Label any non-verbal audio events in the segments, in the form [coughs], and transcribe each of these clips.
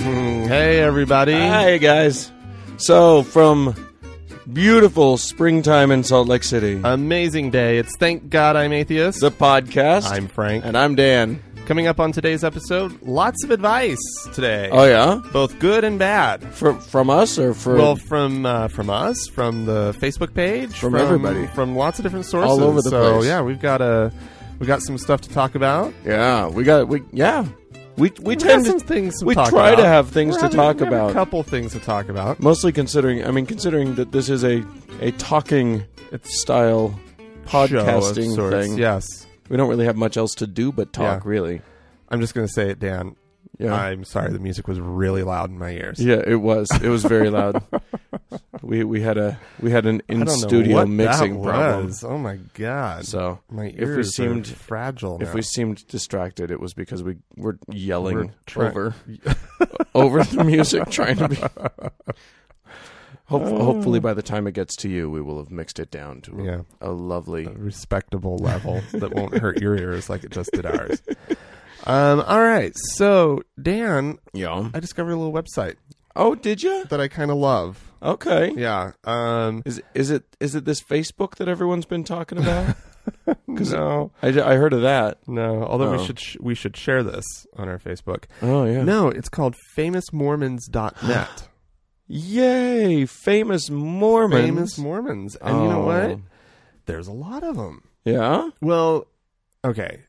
Hey, everybody. Hi, guys. So, from beautiful springtime in Salt Lake City, Uh, Amazing day. It's Thank God I'm Atheist. the podcast. I'm Frank. And I'm Dan. Coming up on today's episode, lots of advice today. Oh, yeah? Both good and bad. From, from us or from Well, from uh, from us, from the Facebook page, From everybody. from lots of different sources, over the so, place. yeah, we've got a we got some stuff to talk about. Yeah, we got, we, yeah. We, we We have tend some to, things. To we talk try about. to have things We're to having- talk we have about. A couple things to talk about. mostly considering, I mean, considering that this is a, a talking style Show of podcasting sorts, thing. Yes, We don't really have much else to do but talk, Yeah. really. I'm just going to say it, Dan. Yeah. I'm sorry. The music was really loud in my ears. Yeah, it was. It was very [laughs] loud. we we had a we had an I in don't know studio what mixing that problem. was. Oh my god! So my ears if we seemed are fragile. if now. we seemed distracted, it was because we were We're yelling try- [laughs] over over the music, trying [laughs] to be. Hope, Hopefully, by the time it gets to you, we will have mixed it down to a, yeah. a lovely. a respectable [laughs] level that won't hurt your ears like it just did ours. Um, all right, so Dan, Yeah. I discovered a little website Oh, did you? that I kind of love. Okay. Yeah. Um, Is is it is it this Facebook that everyone's been talking [laughs] about? no, I, I heard of that. no. Although Oh. we should sh- we should share this on our Facebook. Oh yeah. No, it's called famousmormons.net. Yay! Famous Mormons. Famous [gasps] Mormons, and you know what? Oh. There's a lot of them. Yeah. Well, okay.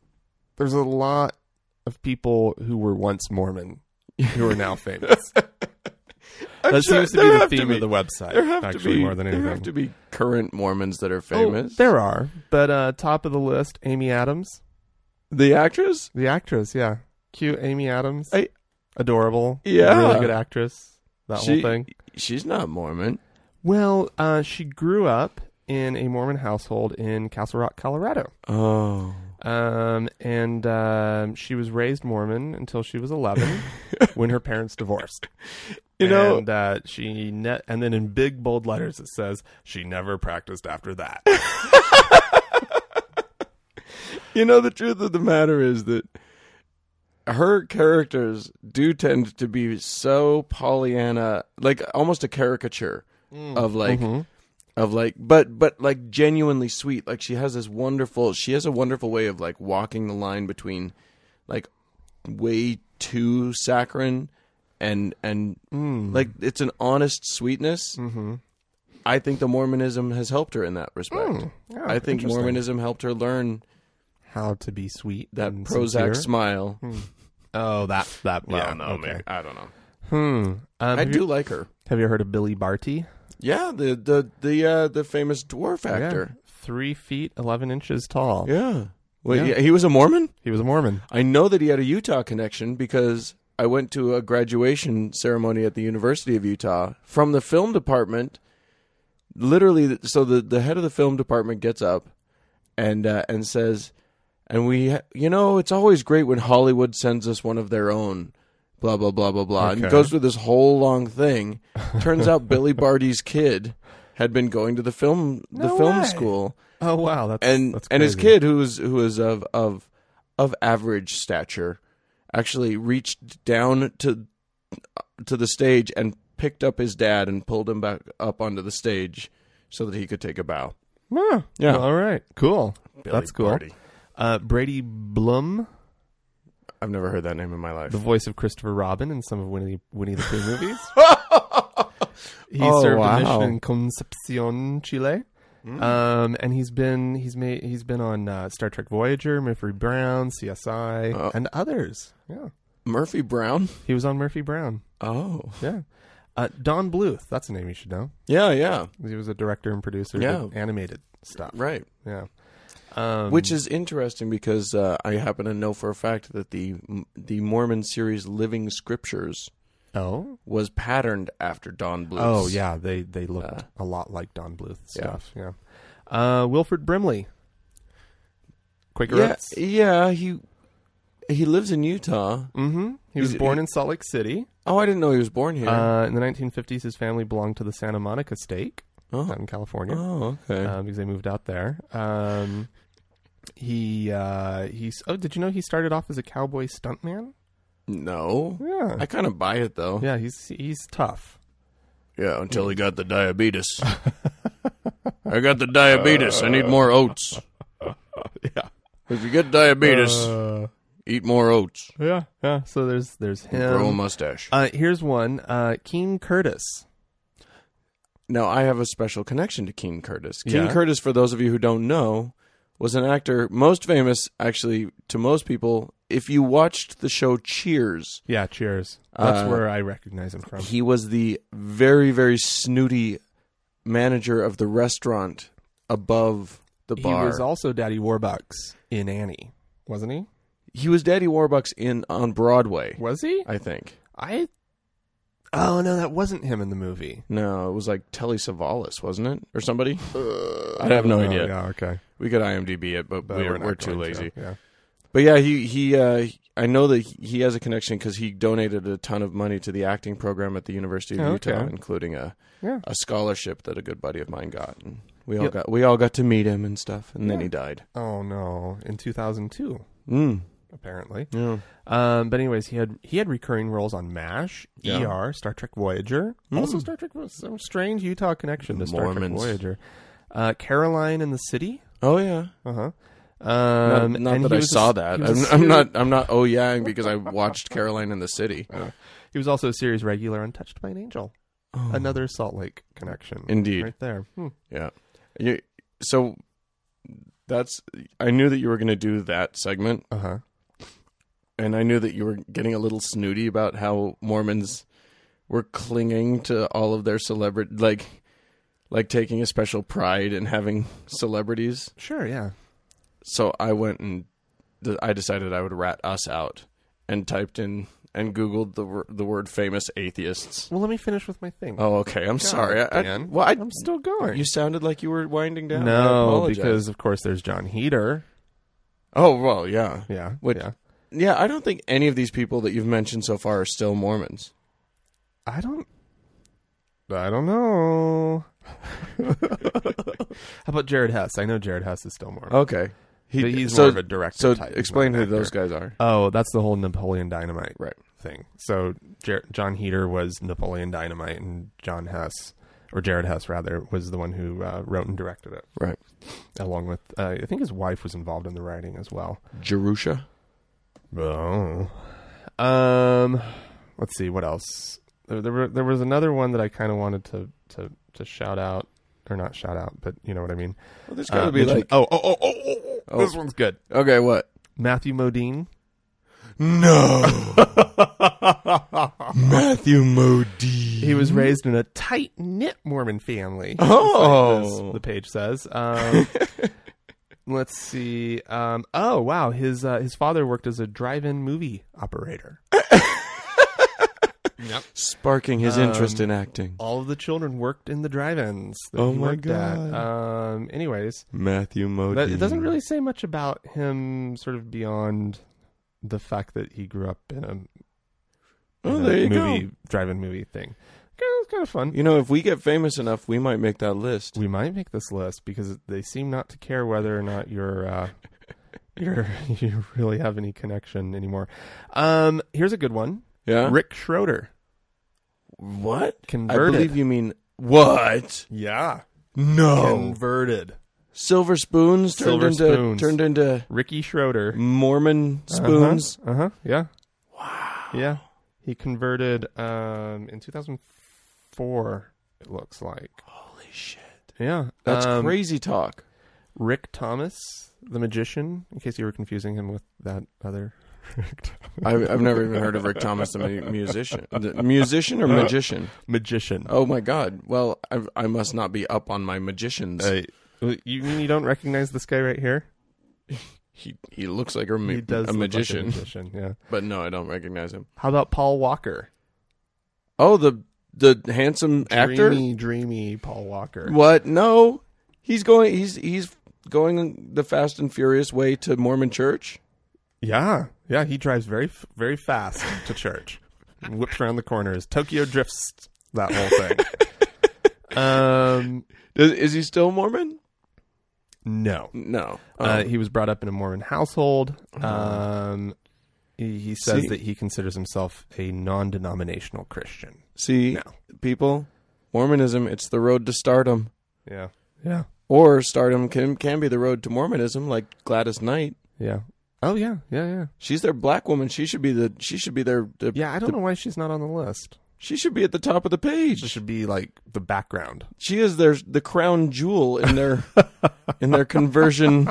There's a lot of people who were once Mormon who are now famous. [laughs] that sure- seems to there be the have to theme be- of the website. There have actually, to be more than anything. There have to be current Mormons that are Oh, famous. there are, but uh, top of the list, Amy Adams, the actress. the actress. Yeah, cute Amy Adams. I- Adorable. Yeah. really good actress. That She- whole thing. She's not Mormon. Well, uh, she grew up in a Mormon household in Castle Rock, Colorado. Oh. Um, and um, she was raised Mormon until she was 11 [laughs] when her parents divorced. You know- and uh, she ne- and then in big bold letters it says she never practiced after [laughs] that. You know the truth of the matter is that her characters do tend to be so Pollyanna, like almost a caricature of like Mm-hmm. of like but but like genuinely sweet. Like she has this wonderful she has a wonderful way of like walking the line between like way too saccharine and and like it's an honest sweetness. Mm-hmm. I think the Mormonism has helped her in that respect. Hmm. Oh, I think Mormonism helped her learn how to be sweet that and Prozac sincere. smile. oh, that that. Well, yeah, no, okay. maybe. I don't know. Hmm. Um, I have, do You, like her. have you heard of Billy Barty? Yeah, the the the uh, the famous dwarf actor. Yeah. Three feet eleven inches tall. Yeah. Wait, Yeah. yeah, he was a Mormon. He was a Mormon. I know that he had a Utah connection because I went to a graduation ceremony at the University of Utah from the film department. Literally, so the, the head of the film department gets up and uh, and says, "And we, you know, it's always great when Hollywood sends us one of their own." Blah blah blah blah blah, and Okay. goes through this whole long thing. Turns out Billy Barty's kid had been going to the film the No film way. school, Oh wow, that's and that's and his crazy. kid who was who was of of of average stature actually reached down to to the stage and picked up his dad and pulled him back up onto the stage so that he could take a bow. Yeah. Yeah. All right. Cool. Billy That's cool. Barty. Uh, Brady Blum, I've never heard that name in my [laughs] life. the voice of Christopher Robin in some of Winnie Winnie the Pooh movies. he [laughs] served a Oh, wow. mission in Concepcion, Chile. Mm. Um, and he's been he's made he's been on uh, Star Trek Voyager, Murphy Brown, CSI, Oh. and others. Yeah, Murphy Brown. he was on Murphy Brown. Oh, Yeah, uh, Don Bluth. That's a name you should know. yeah, yeah, He was a director and producer Yeah. of animated stuff. right. Yeah, um, Which is interesting because uh, I happen to know for a fact that the the Mormon series Living Scriptures oh was patterned after Don Bluth. Oh yeah, they they looked Uh, a lot like Don Bluth yeah. stuff. Yeah. Uh, Wilfred Brimley, Quaker yeah, Oats. yeah, he he lives in Utah. hmm He was He's- born in Salt Lake City. Oh, I didn't know he was born here. Uh, in the 1950s, his family belonged to the Santa Monica Stake oh, out in California oh, okay. um, because they moved out there. Um, he uh, he's oh, did you know he started off as a cowboy stuntman? No. Yeah. I kind of buy it though. yeah, he's he's [laughs] tough. Yeah, until he got the diabetes. [laughs] I got the diabetes. I need more oats. Yeah. If you get diabetes, Uh, eat more oats. Yeah. Yeah. So there's there's Grow a him. mustache. Uh, here's one. Uh, Keen Curtis. Now, I have a special connection to Keen Curtis. Keen Yeah. Curtis, for those of you who don't know, was an actor most famous, actually, to most people. If you watched the show Cheers, Yeah. Cheers. That's Uh, where I recognize him from. he was the very, very snooty manager of the restaurant above the He bar. was also Daddy Warbucks in Annie, wasn't he? he was Daddy Warbucks in on Broadway, Was he? I think. I. Oh no, that wasn't him in the movie. No, it was like Telly Savalas, wasn't it, or somebody? I have no Oh, idea. Yeah. Okay. We could IMDb it, but, we're, we're too lazy. Yeah. But yeah, he he uh, I know that he has a connection because he donated a ton of money to the acting program at the University of Oh, Utah, okay. including a Yeah. a scholarship that a good buddy of mine got. And we all Yep. got we all got to meet him and stuff, and then he died. Oh no, in 2002 Mm. apparently. Yeah. Um, but anyways, he had he had recurring roles on MASH, Yeah. Hmm. ER, Star Trek Voyager, also Star Trek. Vo- Some strange Utah connection to Star Trek Mormons. Voyager. Uh, Caroline in the City. Oh yeah. Uh huh. Not, Um, not and that he I was a- saw that. he was I'm, a I'm seri- not. I'm not. Oh yeah, because I watched Caroline in the City. He was also a series regular on Touched by an Angel. Another Salt Lake connection. Oh. Indeed. Oh. right there. Hmm. Yeah. You, so that's. I knew that you were going to do that segment. Uh huh. and I knew that you were getting a little snooty about how Mormons were clinging to all of their celebrity, like, like taking a special pride in having celebrities. Sure. Yeah. So I went and th- I decided I would rat us out and typed in and Googled the wor- the word famous atheists. Well, let me finish with my thing. Oh, okay. I'm sorry. I, I, Dan. well, I, I'm still going. you sounded like you were winding down. I no, apologize. because of course there's John Heater. oh well, yeah, Yeah. Which- yeah. yeah. I don't think any of these people that you've mentioned so far are still Mormons. I don't. I don't know. [laughs] How about Jared Hess? I know Jared Hess is still Mormon. Okay. Oh, He, But he's so- more of a director So type. explain not who an those actor. guys are. Oh, that's the whole Napoleon Dynamite Right. thing. So Jer- John Heater was Napoleon Dynamite, and John Hess, or Jared Hess rather, was the one who uh, wrote and directed it, Right. along with uh, I think his wife was involved in the writing as well. Jerusha. Oh. Um, let's see what else. There, there, were, there was another one that I kind of wanted to, to to shout out, or not shout out, but you know what I mean. Well, there's Uh, mention- oh, oh, oh, oh, oh, oh, Oh. this one's good. okay, what? Matthew [laughs] Modine. No. [laughs] Matthew Modine. He was raised in a tight knit Mormon family. Oh. as the page says. [laughs] Um, let's see. Um, oh wow, his uh, his father worked as a drive-in movie operator. yep. Sparking his interest in acting. all of the children worked in the drive-ins. That Oh he my worked At. God. Um, anyways, Matthew Modine. that, it doesn't really say much about him, sort of beyond the fact that he grew up in a, in Oh, a there you go. movie drive-in movie thing. Kind of, kind of fun. You know, if we get famous enough, we might make that list. We might make this list because they seem not to care whether or not you're [laughs] uh, you're you really have any connection anymore. Um, here's a good one: Yeah. Rick Schroeder. What? Converted. I believe you mean what? Yeah, No. converted. Silver spoons turned Silver into spoons. turned into Ricky Schroeder. Mormon spoons. Uh huh. Yeah. Wow. Yeah. He converted um, in 2004. It looks like. Holy shit. Yeah. That's um, crazy talk. Rick Thomas, the magician. In case you were confusing him with that [laughs] other. I've, I've never even heard of Rick Thomas, the mu- musician. The musician or magician? magician. Oh my God! Well, I've, I must not be up on my magicians. Uh, you mean you don't recognize this guy right here? he he looks like a, ma- he a does look like magician, magician. Yeah. but no, I don't recognize him. How about Paul Walker? Oh, the the handsome actor. dreamy, dreamy Paul Walker. What? No, he's going. He's he's going the fast and furious way to Mormon church. Yeah, yeah. He drives very, f- very fast to church, [laughs] whips around the corners, Tokyo drifts that [laughs] whole thing. um, Does, is he still Mormon? no. No. Um, Uh, he was brought up in a Mormon household. Um, He, he says See? that he considers himself a non-denominational Christian. See, No. people, Mormonism, it's the road to stardom. Yeah. Yeah. Or stardom can can be the road to Mormonism, like Gladys Knight. Yeah. Oh yeah. Yeah. Yeah. She's their black woman. She should be the she should be their, the Yeah. I don't know why she's not on the list. she should be at the top of the She page. should be like the background. She is their the crown jewel [laughs] in their in their conversion.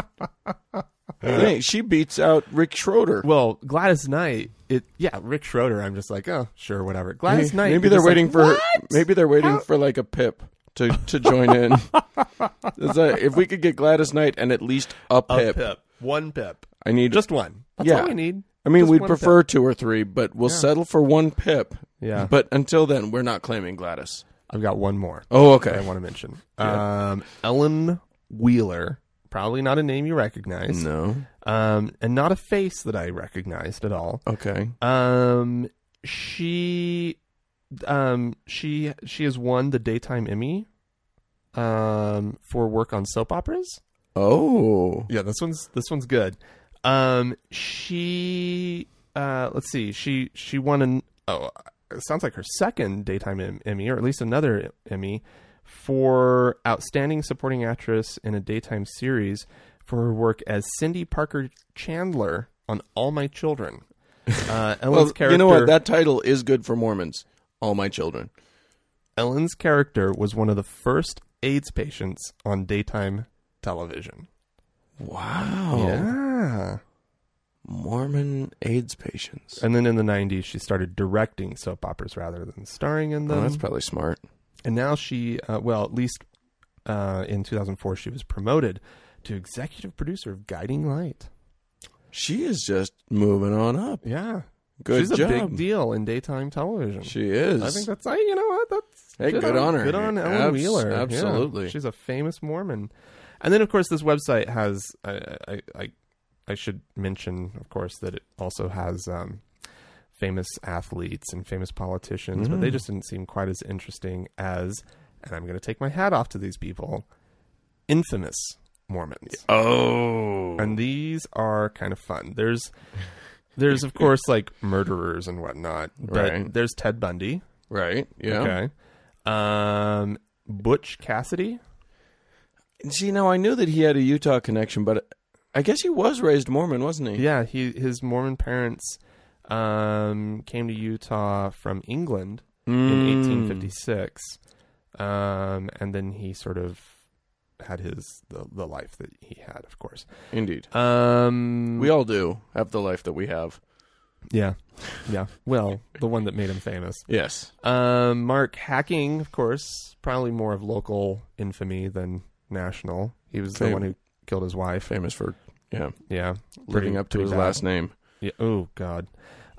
thing. She beats out Rick Schroeder. Well, Gladys Knight. It. Yeah. Rick Schroeder. I'm just like, oh, sure, whatever. Gladys Knight. maybe you're they're just waiting like, for "What?" maybe they're waiting for like a pip to to join [laughs] in. It's like, if we could get Gladys Knight and at least a A pip, pip. One pip. I need. Just one. That's Yeah. all we need. I mean, just we'd one prefer two or three, but we'll settle for one pip. Yeah. But until then, we're not claiming Gladys. [laughs] I've got one more. Oh, that I okay. want to [laughs] mention. Um, Ellen Wheeler, probably not a name you recognize, No. um, and not a face that I recognized at all. Okay. Um, she, um, she, she has won the daytime Emmy, um, for work on soap operas. Oh. Yeah, this one's this one's good. Um, she, uh, let's see, she she won an oh, it sounds like her second daytime Em- Emmy or at least another Emmy for outstanding supporting actress in a daytime series for her work as Cindy Parker Chandler on All My [laughs] Children. Uh, Ellen's Well, character, you know what? That title is good for Mormons. All my children. Ellen's character was one of the first AIDS patients on daytime television. Wow. Yeah. Mormon AIDS patients. And then in the 90s, she started directing soap operas rather than starring in them. Oh, that's probably smart. and now she, uh, well, at least uh, in 2004, she was promoted to executive producer of Guiding Light. She is just moving on up. Yeah. Good She's job. a big deal in daytime television. She is. I think that's, I, you know what? That's Hey, good on her. Good on Ellen Abs- Wheeler. Yeah. absolutely. She's a famous Mormon. And then, of course, this website has, I, I, I, I should mention, of course, that it also has um, famous athletes and famous politicians, but Mm-hmm. they just didn't seem quite as interesting as, and I'm going to take my hat off to these people, infamous Mormons oh. and these are kind of fun. [laughs] There's there's of course like murderers and whatnot, but Right. there's Ted Bundy. right. Yeah. Okay. Um Butch Cassidy. See, now I knew that he had a Utah connection, but I guess he was raised Mormon, wasn't he? Yeah, he his Mormon parents um came to Utah from England in Mm. 1856. Um and then he sort of had his the, the life that he had, of course. Indeed. Um We all do have the life that we have. yeah. Yeah. Well, the one that made him famous. Yes. Um, Mark Hacking, of course, probably more of local infamy than national. He was the Fame. one who killed his wife. Famous for yeah, Yeah, living up to his last name. name. Yeah. Oh God.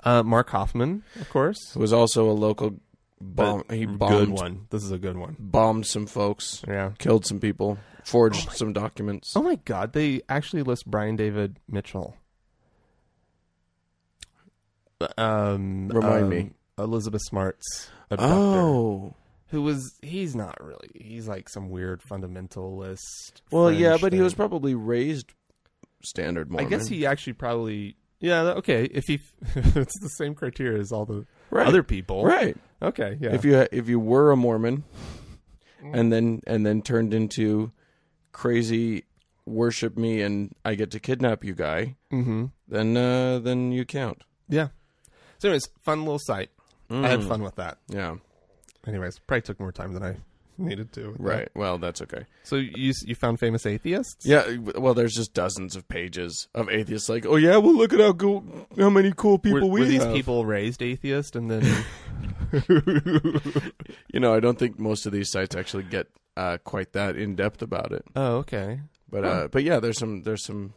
Uh, Mark Hoffman, of course. was also a local bomb. He Good bombed one. This is a good one. bombed some folks, Yeah. killed some people, forged some documents. Oh my God. They actually list Brian David Mitchell. Um, Remind um, me. Elizabeth Smart's abductor. Oh. Who was? He's not really. He's like some weird fundamentalist. Well, yeah, fringe but he thing. was probably raised standard I Mormon. guess he actually probably yeah that- okay if he [laughs] it's the same criteria as all the right. other people right. okay yeah Mm. If you if you were a Mormon, and then and then turned into crazy worship me and I get to kidnap you guy, mm-hmm. then uh, then you count. yeah so anyways fun little site I Mm. had fun with that Yeah. anyways probably took more time than I [laughs] needed to Right. Well, that's okay. so you s- you found famous atheists Yeah, w- well, there's just dozens of pages of atheists like, oh yeah, well look at how cool, how many cool were, people were we these have. people raised atheist and [laughs] then You know, I don't think most of these sites actually get uh, quite that in depth about it. oh okay But uh, but yeah, there's some there's some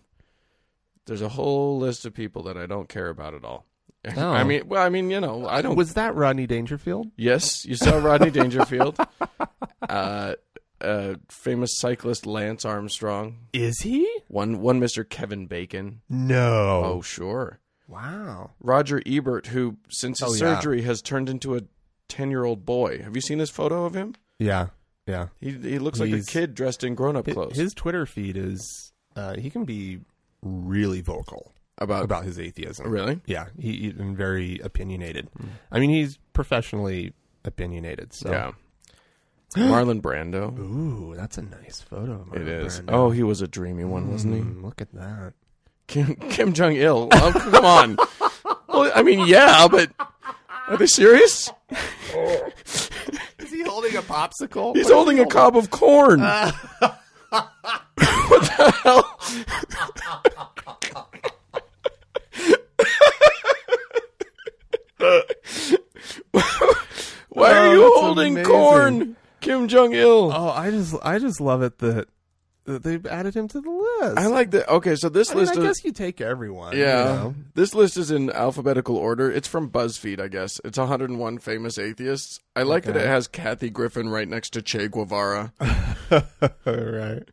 there's a whole list of people that I don't care about at all. [laughs] Oh. I mean, well, I mean, you know, I don't. was that Rodney Dangerfield yes, you saw Rodney [laughs] Dangerfield, uh, uh, famous cyclist Lance Armstrong, is he one one Mister Kevin Bacon. no oh sure. wow Roger Ebert, who since his Oh, yeah. surgery has turned into a ten-year-old boy. Have you seen his photo of him? yeah yeah He he looks like a He's- kid dressed in grown-up Hi- clothes. His Twitter feed is uh, he can be really vocal. about, about his atheism. really Hmm. Yeah, he, he's been very opinionated. I mean, he's professionally opinionated. So. [gasps] yeah Marlon Brando. Ooh, that's a nice photo. Of It is. Oh, Oh, mm. he was a dreamy one, wasn't he? look at that. Kim, Kim Jong Il. Oh, come [laughs] on. Well, I mean, yeah, but are they serious? Is he holding a popsicle? He's holding a cob of [laughs] corn. what the hell? [laughs] Why Oh, are you that's holding amazing. corn, Kim Jong Il? Oh, I just, I just love it that, that they've added him to the list. I like that. Okay, so this I, mean, list I is. guess you take everyone. Yeah. you know? This list is in alphabetical order. It's from BuzzFeed, I guess. It's 101 famous atheists. I like that it has Kathy Griffin right next to Che Guevara. [laughs] right.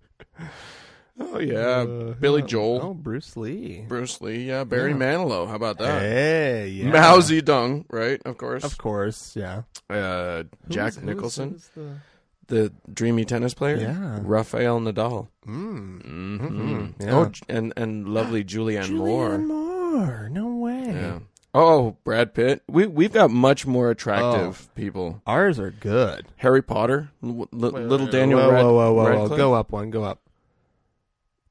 Oh, yeah. Billy Joel. Oh, Bruce Lee. Bruce Lee. Yeah. Barry Manilow. How about that? Hey, yeah. Mao Zedong, right? Of course. Of course, yeah. uh, Who's- Jack who's- Nicholson. who's the- the dreamy tennis player? Yeah. Rafael Nadal. Mm. Mm-hmm. yeah. Oh, J- and, and lovely Julianne Moore. Julianne Moore. No way. Yeah. Oh, Brad Pitt. We, we've got much more attractive people. Ours are good. Harry Potter, L- L- little Daniel Whoa, Rad- whoa, whoa, whoa, whoa. Radcliffe, Go up one. Go up.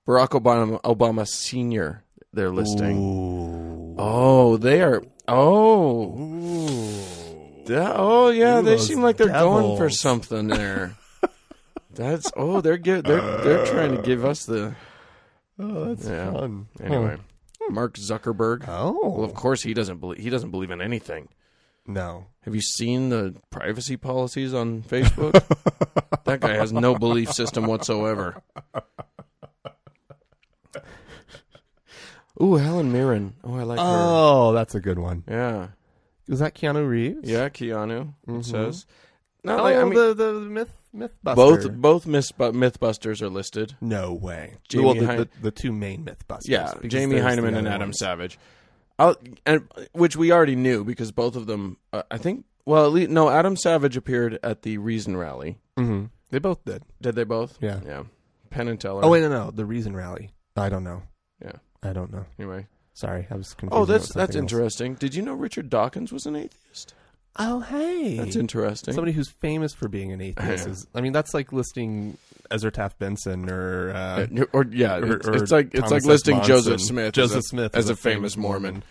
Barack Obama, Obama Senior. They're listing. Ooh. Oh, they are. Oh, Ooh. that, oh yeah. Ooh, they those seem like they're going for devils. [laughs] something there. That's oh, they're give, they're they're trying to give us the Oh, that's Yeah. fun. anyway. Huh. Mark Zuckerberg. Well, Oh. of course he doesn't believe he doesn't believe in anything. No. Have you seen the privacy policies on Facebook? that guy has no belief system whatsoever. Ooh, Helen Mirren. Oh, I like Oh, that's a good one. her. Yeah. Is that Keanu Reeves? Yeah, Keanu it says. Not mm-hmm. Oh, like I mean the, the myth, Mythbuster. both both myth, Mythbusters are listed. No way. Jamie well, the, Hein- the, the two main Mythbusters. Yeah, because Jamie there's the Heineman other and Adam ones. Savage. I'll, and which we already knew because both of them uh, I think well, at least, no, Adam Savage appeared at the Reason rally. Mhm. They both did. Did they both? Yeah. Yeah. Penn and Teller. Oh wait, no, no. The Reason Rally. I don't know. Yeah. I don't know. Anyway. Sorry, I was confused. Oh, that's that's interesting. Did you know Richard Dawkins was an atheist? Oh, hey, That's interesting. Somebody who's famous for being an [laughs] atheist is. I mean, that's like listing Ezra Taft Benson or. Uh, Uh, or yeah, or- it's, or it's like it's Thomas like S. listing Monson. Joseph Smith, Joseph as a, Smith as a famous Mormon.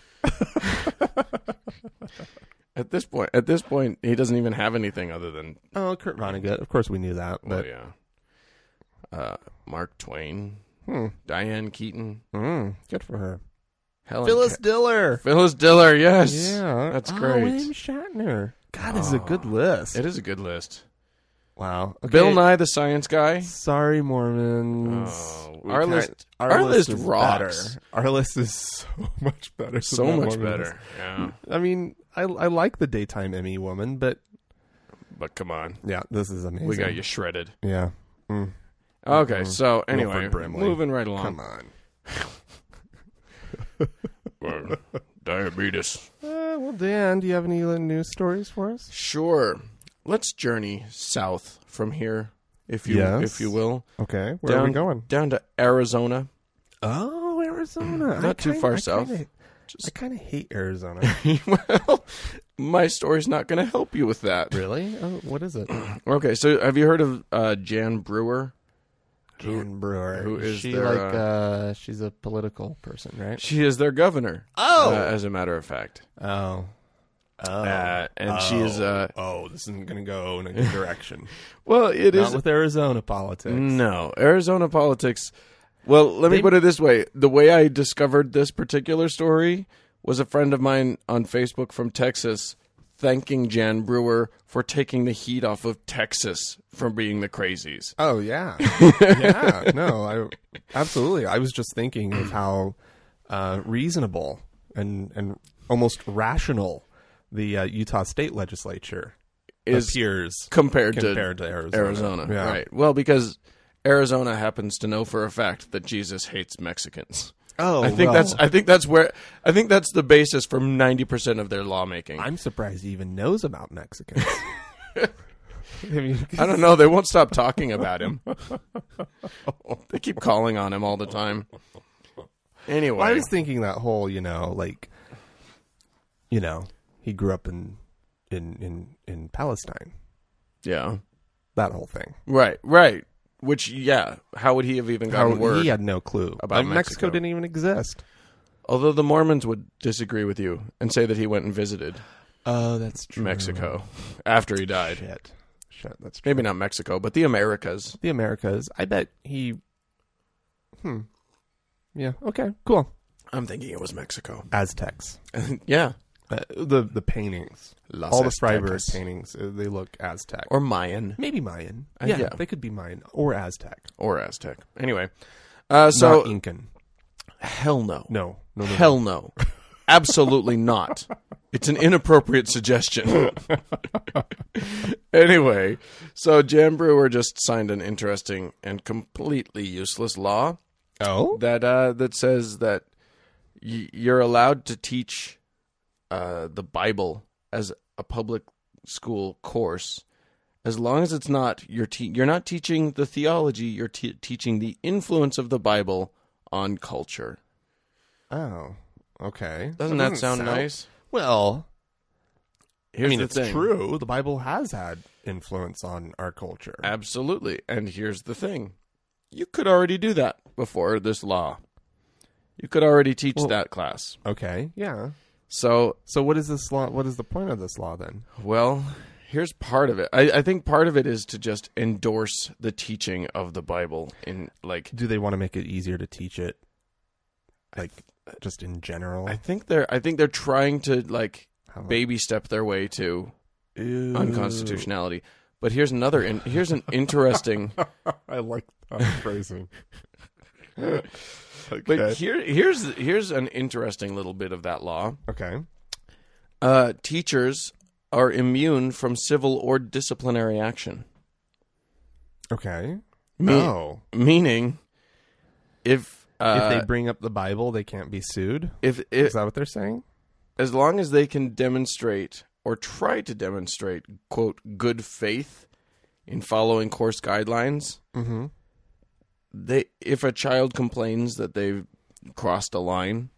at this point, at this point, he doesn't even have anything other than Oh, Kurt Vonnegut. Of course, we knew that, well, but yeah, uh, Mark Twain, Hmm. Diane Keaton, Mm, good for her. Helen Phyllis Ke- Diller. Phyllis Diller. Yes, Yeah, that's Oh, great. William Shatner. God, this is a good list. It is a good list. wow. Okay. Bill Nye the Science Guy. Sorry, Mormons. Oh, We our can't- list- our list is rocks. better. Our list is [laughs] so much better. than So that much Mormon better. Yeah, list. I mean, I I like the daytime Emmy woman, but but come on, yeah, this is amazing. we got you shredded. Yeah. Mm. Okay, so anyway, Wilford Brimley. moving right along. Come on. Well, diabetes. Uh, well, Dan, do you have any uh, news stories for us? Sure. Let's journey south from here, if you Yes. if you will, Okay, where are Down- we going? down to Arizona. [laughs] Oh, Arizona. Not too far south. I kind of hate Arizona. well, my story's not going to help you with that. [laughs] really? Oh, what [clears throat] is it? Okay, so have you heard of uh, Jan Brewer? Jan Brewer. who is she their, like? uh, Uh, she's a political person, right? She is their governor. Oh. uh, as a matter of fact, Oh. Oh. uh, and she is. Uh, oh, this isn't going to go in a [laughs] good direction. well, it Not is with Arizona politics. No, Arizona politics. Well, let me They- put it this way: the way I discovered this particular story was a friend of mine on Facebook from Texas thanking Jan Brewer for taking the heat off of Texas from being the crazies. Oh [laughs] yeah, yeah. No, I absolutely. I was just thinking of how uh, reasonable and and almost rational the uh, Utah State Legislature Is appears compared, compared to, to Arizona. Arizona, Yeah. right? Well, because Arizona happens to know for a fact that Jesus hates Mexicans. Oh, I think well, that's I think that's where I think that's the basis for ninety percent of their lawmaking. I'm surprised he even knows about [laughs] Mexicans. [laughs] I mean, I don't know. They won't [laughs] stop talking about him. they keep calling on him all the time. Anyway, Well, I was thinking that whole, you know, like, you know, he grew up in in in in Palestine. yeah, That whole thing. right, right. Which, yeah, how would he have even gotten word? Oh, he had no clue about Like, Mexico. Mexico. didn't even exist. Although the Mormons would disagree with you and say that he went and visited Oh, that's true. Mexico after he died. Shit, shit. That's true. Maybe not Mexico, but the Americas. the Americas. I bet he. Hmm. Yeah. Okay. Cool. I'm thinking it was Mexico. [laughs] Aztecs. yeah, Uh, the the paintings, Los all the Aztecas. Freiburg paintings, uh, they look Aztec or Mayan maybe Mayan. Uh, yeah, yeah. they could be Mayan or Aztec. or Aztec. Anyway, uh, So so Incan. hell no. No, no, no, no. Hell no. Absolutely not. It's an inappropriate suggestion. [laughs] anyway, so Jan Brewer just signed an interesting and completely useless law Oh, that uh, that says that y- you're allowed to teach uh, the Bible as a public school course as long as it's not you're te- you're not teaching the theology, you're te- teaching the influence of the Bible on culture. oh, okay. Doesn't that sound nice? Well, Here's I mean, the it's thing. true. The Bible has had influence on our culture. Uh, Absolutely. And here's the thing you could already do that before this law. You could already teach that class. okay, yeah. So, So, what is this law? What is the point of this law then? well, here's part of it. I, I think part of it is to just endorse the teaching of the Bible in like. Do they want to make it easier to teach it, like just in general? I think they're I think they're trying to like How- baby step their way to Ew. unconstitutionality. But here's another in, here's an interesting [laughs] I like [laughs] that phrasing. but okay. here here's here's an interesting little bit of that law. okay. uh, teachers are immune from civil or disciplinary action. Okay. Me- No. Meaning, if Oh. if uh, they bring up the Bible, they can't be sued. if, if, Is that what they're saying? as long as they can demonstrate or try to demonstrate quote good faith in following course guidelines, Mm-hmm. they if a child complains that they've crossed a line.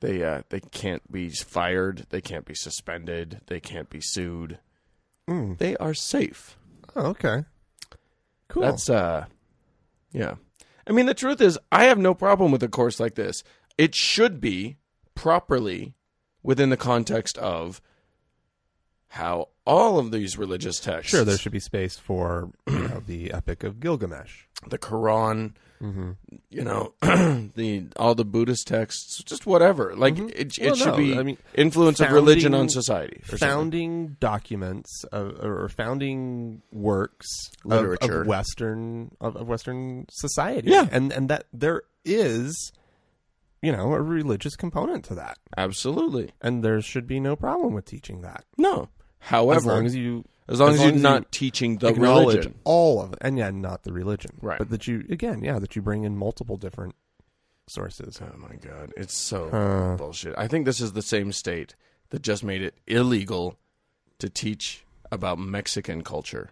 They uh, they can't be fired. They can't be suspended. They can't be sued. Mm. They are safe. Oh, okay. Cool. That's uh yeah. I mean the truth is I have no problem with a course like this. It should be properly within the context of how all of these religious texts sure. There should be space for you know, the Epic of Gilgamesh. the Quran, Mm-hmm. you know, [clears throat] the all the Buddhist texts, just whatever. Like it, it Mm-hmm. Well, should no, be I mean, influence of religion founding- on society. Or something. Founding documents of, or founding works of- of, Literature. Western of, of Western society. Yeah. and and that there is, you know, a religious component to that, Absolutely. and there should be no problem with teaching that No. However, as long as you as long as as long you're as you not teaching the acknowledge religion. all of it, and yeah, not the religion, Right. But that you again, yeah, that you bring in multiple different sources. Oh my god, it's so Huh. bullshit. I think this is the same state that just made it illegal to teach about Mexican culture.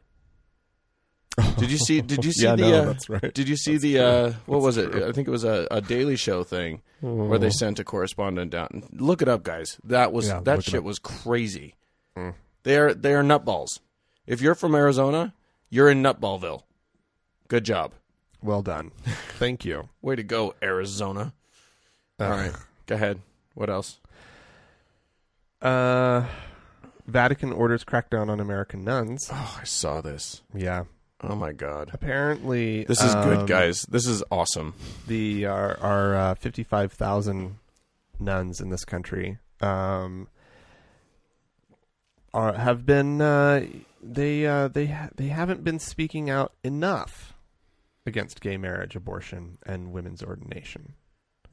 [laughs] Did you see? Did you see Yeah, the? no, uh, that's right. Did you see the? Uh, what was it? I think it was a, a Daily Show thing where they sent a correspondent down. Look it up, guys. That was Mm. Yeah, look that it Mm. shit was crazy. They are they are nutballs. If you're from Arizona, you're in Nutballville. Good job. Well [laughs] done, thank you. Way to go, Arizona. All right, go ahead. What else? Uh, Vatican orders crackdown on American nuns. Oh, I saw this. Yeah, Oh my god. apparently This is um, good, guys. This is awesome. The our, our uh, fifty-five thousand nuns in this country um, are have been uh, they uh, they ha- they haven't been speaking out enough against gay marriage, abortion, and women's ordination.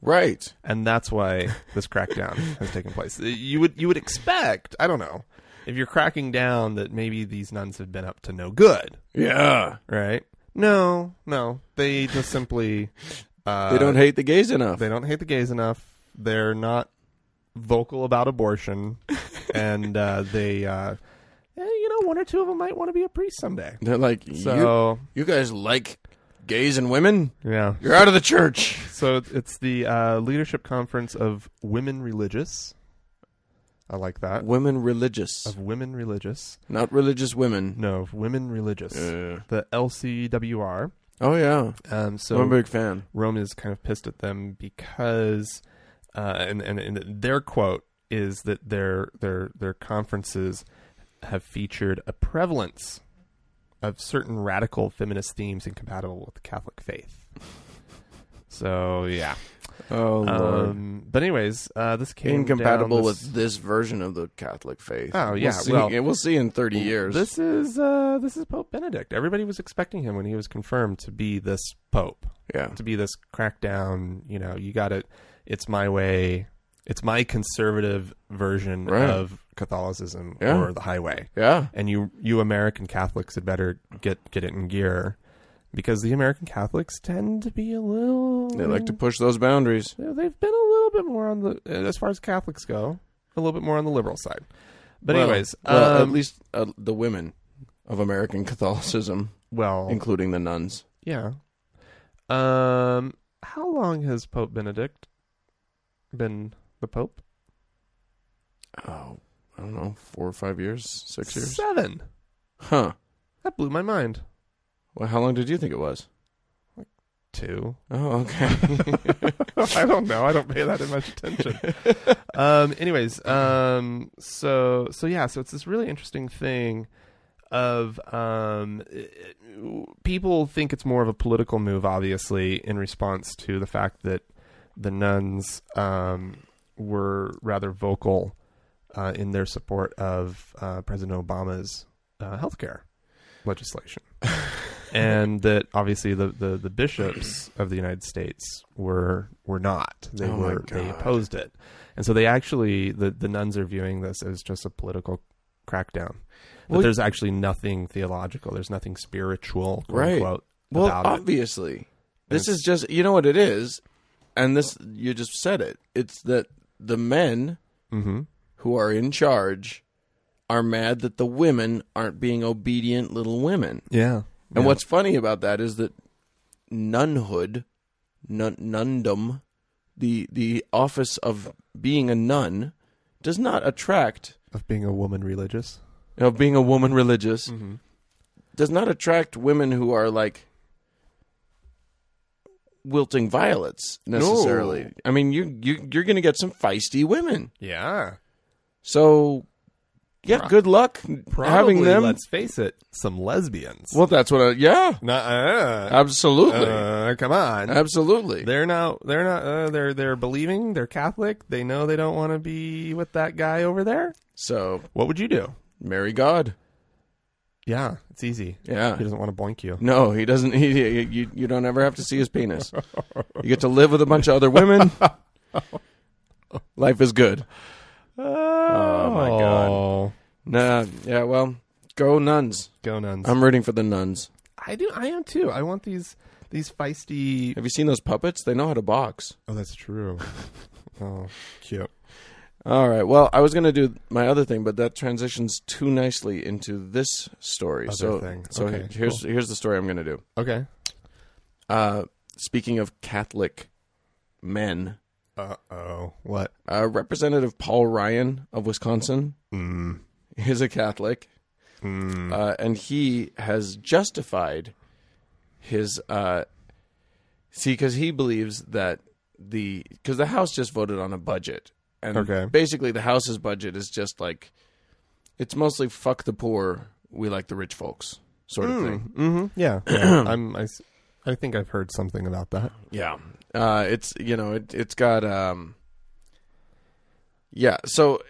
Right. and that's [laughs] why this crackdown has taken place. Uh, You would you would expect, I don't know, if you're cracking down that maybe these nuns have been up to no good, Yeah. right? No, no, they just simply uh, [laughs] They don't hate the gays enough. they don't hate the gays enough. They're not vocal about abortion, [laughs] and uh, they uh, eh, you know one or two of them might want to be a priest someday. They're like, So you, you guys like gays and women, Yeah. you're out of the church. [laughs] So it's- it's the uh, Leadership Conference of Women Religious. I like that. Women religious, Of Women Religious. not religious women. No, of Women Religious. Uh, The LCWR. oh yeah, Um, so I'm a big fan. Rome is kind of pissed at them because, uh, and, and and their quote is that their their their conferences have featured a prevalence of certain radical feminist themes incompatible with the Catholic [laughs] faith. So yeah, Oh lord, um, but anyways, uh, this came down incompatible this- with this version of the Catholic faith. Oh, yeah, we'll see, well- yeah, we'll see in 30 years. This is uh, this is Pope Benedict. Everybody was expecting him when he was confirmed to be this pope. yeah, to be this crackdown. You know, you got it. It's my way. It's my conservative version Right. of Catholicism Yeah. or the highway. yeah. And you, you American Catholics had better get get it in gear because the American Catholics tend to be a little. They like to push those boundaries. They've been a little bit more on the as far as Catholics go, a little bit more on the liberal side. But Well, anyways, well, um, at least uh, the women of American [laughs] Catholicism, well, including the nuns. yeah. Um, how long has Pope Benedict been the Pope? Oh, I don't know, four or five years, six years. Seven. Huh. That blew my mind. Well, how long did you think it was? Two. Oh, okay. [laughs] I don't know. I don't pay that much attention. [laughs] um, anyways, um, so so yeah, so it's this really interesting thing of um, it- it- people think it's more of a political move, obviously, in response to the fact that the nuns um, were rather vocal uh, in their support of uh, President Obama's uh, health care [laughs] legislation. and that obviously the, the, the bishops of the United States were were not. They Oh my were they God. opposed it. And so they actually the, the nuns are viewing this as just a political crackdown. That Well, there's actually nothing theological. There's nothing spiritual, quote Right. unquote. well, about it. obviously, this It's- is just you know what it is, and this you just said it. It's that the men Mm-hmm. who are in charge are mad that the women aren't being obedient little women. Yeah. And what's funny about that is that nunhood, nun, nundom, the the office of being a nun, does not attract of being a woman religious? you know, being a woman religious Mm-hmm. does not attract women who are like wilting violets necessarily. No. I mean, you you you're going to get some feisty women. Yeah. So yeah, Pro- good luck having them. Let's face it, some lesbians. Well, that's what I yeah, Nuh-uh. absolutely. Uh, come on. absolutely. They're not. They're not. Uh, they're they're believing. They're Catholic. They know they don't want to be with that guy over there. So, What would you do? marry God. Yeah, it's easy. Yeah. He doesn't want to boink you. No, he doesn't. He, he- you, you don't ever have to see his penis. You get to live with a bunch of other women. Life is good. Oh, my God. Nah, yeah, well, go nuns. Go nuns. I'm rooting for the nuns. I do. I am too. I want these these feisty. Have you seen those puppets? They know how to box. Oh, that's [laughs] true. oh, cute. All right. Well, I was going to do my other thing, but that transitions too nicely into this story. Other so, thing. so Okay, here's here's the story I'm going to do. Okay. Uh, speaking of Catholic men, Uh oh. What? uh, Representative Paul Ryan of Wisconsin Mm. is a Catholic, Mm. uh, and he has justified his uh, see because he believes that the because the House just voted on a budget, and Okay. basically the House's budget is just like it's mostly fuck the poor, we like the rich folks sort of thing. [clears throat] Mm-hmm. Yeah. yeah. I'm. I, s- I think I've heard something about that. Yeah, uh, it's you know it, it's got um, yeah. So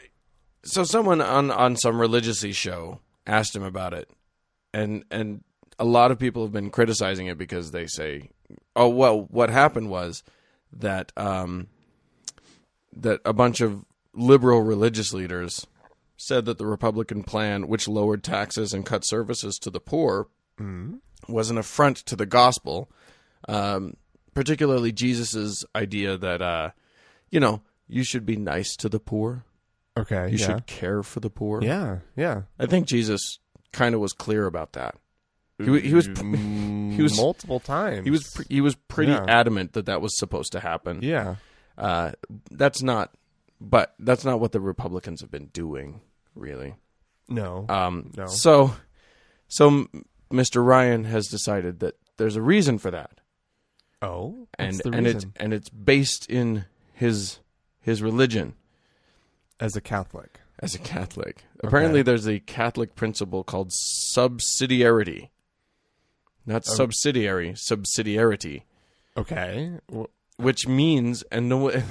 so someone on on some religious show asked him about it, and and a lot of people have been criticizing it because they say, oh well, what happened was that um, that a bunch of liberal religious leaders said that the Republican plan, which lowered taxes and cut services to the poor, was an affront to the gospel, um, particularly Jesus's idea that uh, you know you should be nice to the poor, Okay. you yeah. should care for the poor. Yeah. Yeah. I think Jesus kind of was clear about that. He, wa- he [laughs] was he was- multiple times. he was pre- he was pretty Yeah. adamant that that was supposed to happen. yeah. Uh, that's not, but that's not what the Republicans have been doing, really. No. Um, No. So, so M- Mr. Ryan has decided that there's a reason for that, oh, and what's the and it's reason? and it's based in his his religion as a Catholic. as a Catholic. Apparently, there's a Catholic principle called subsidiarity, not subsidiary, subsidiarity. Okay. Well, which means and no one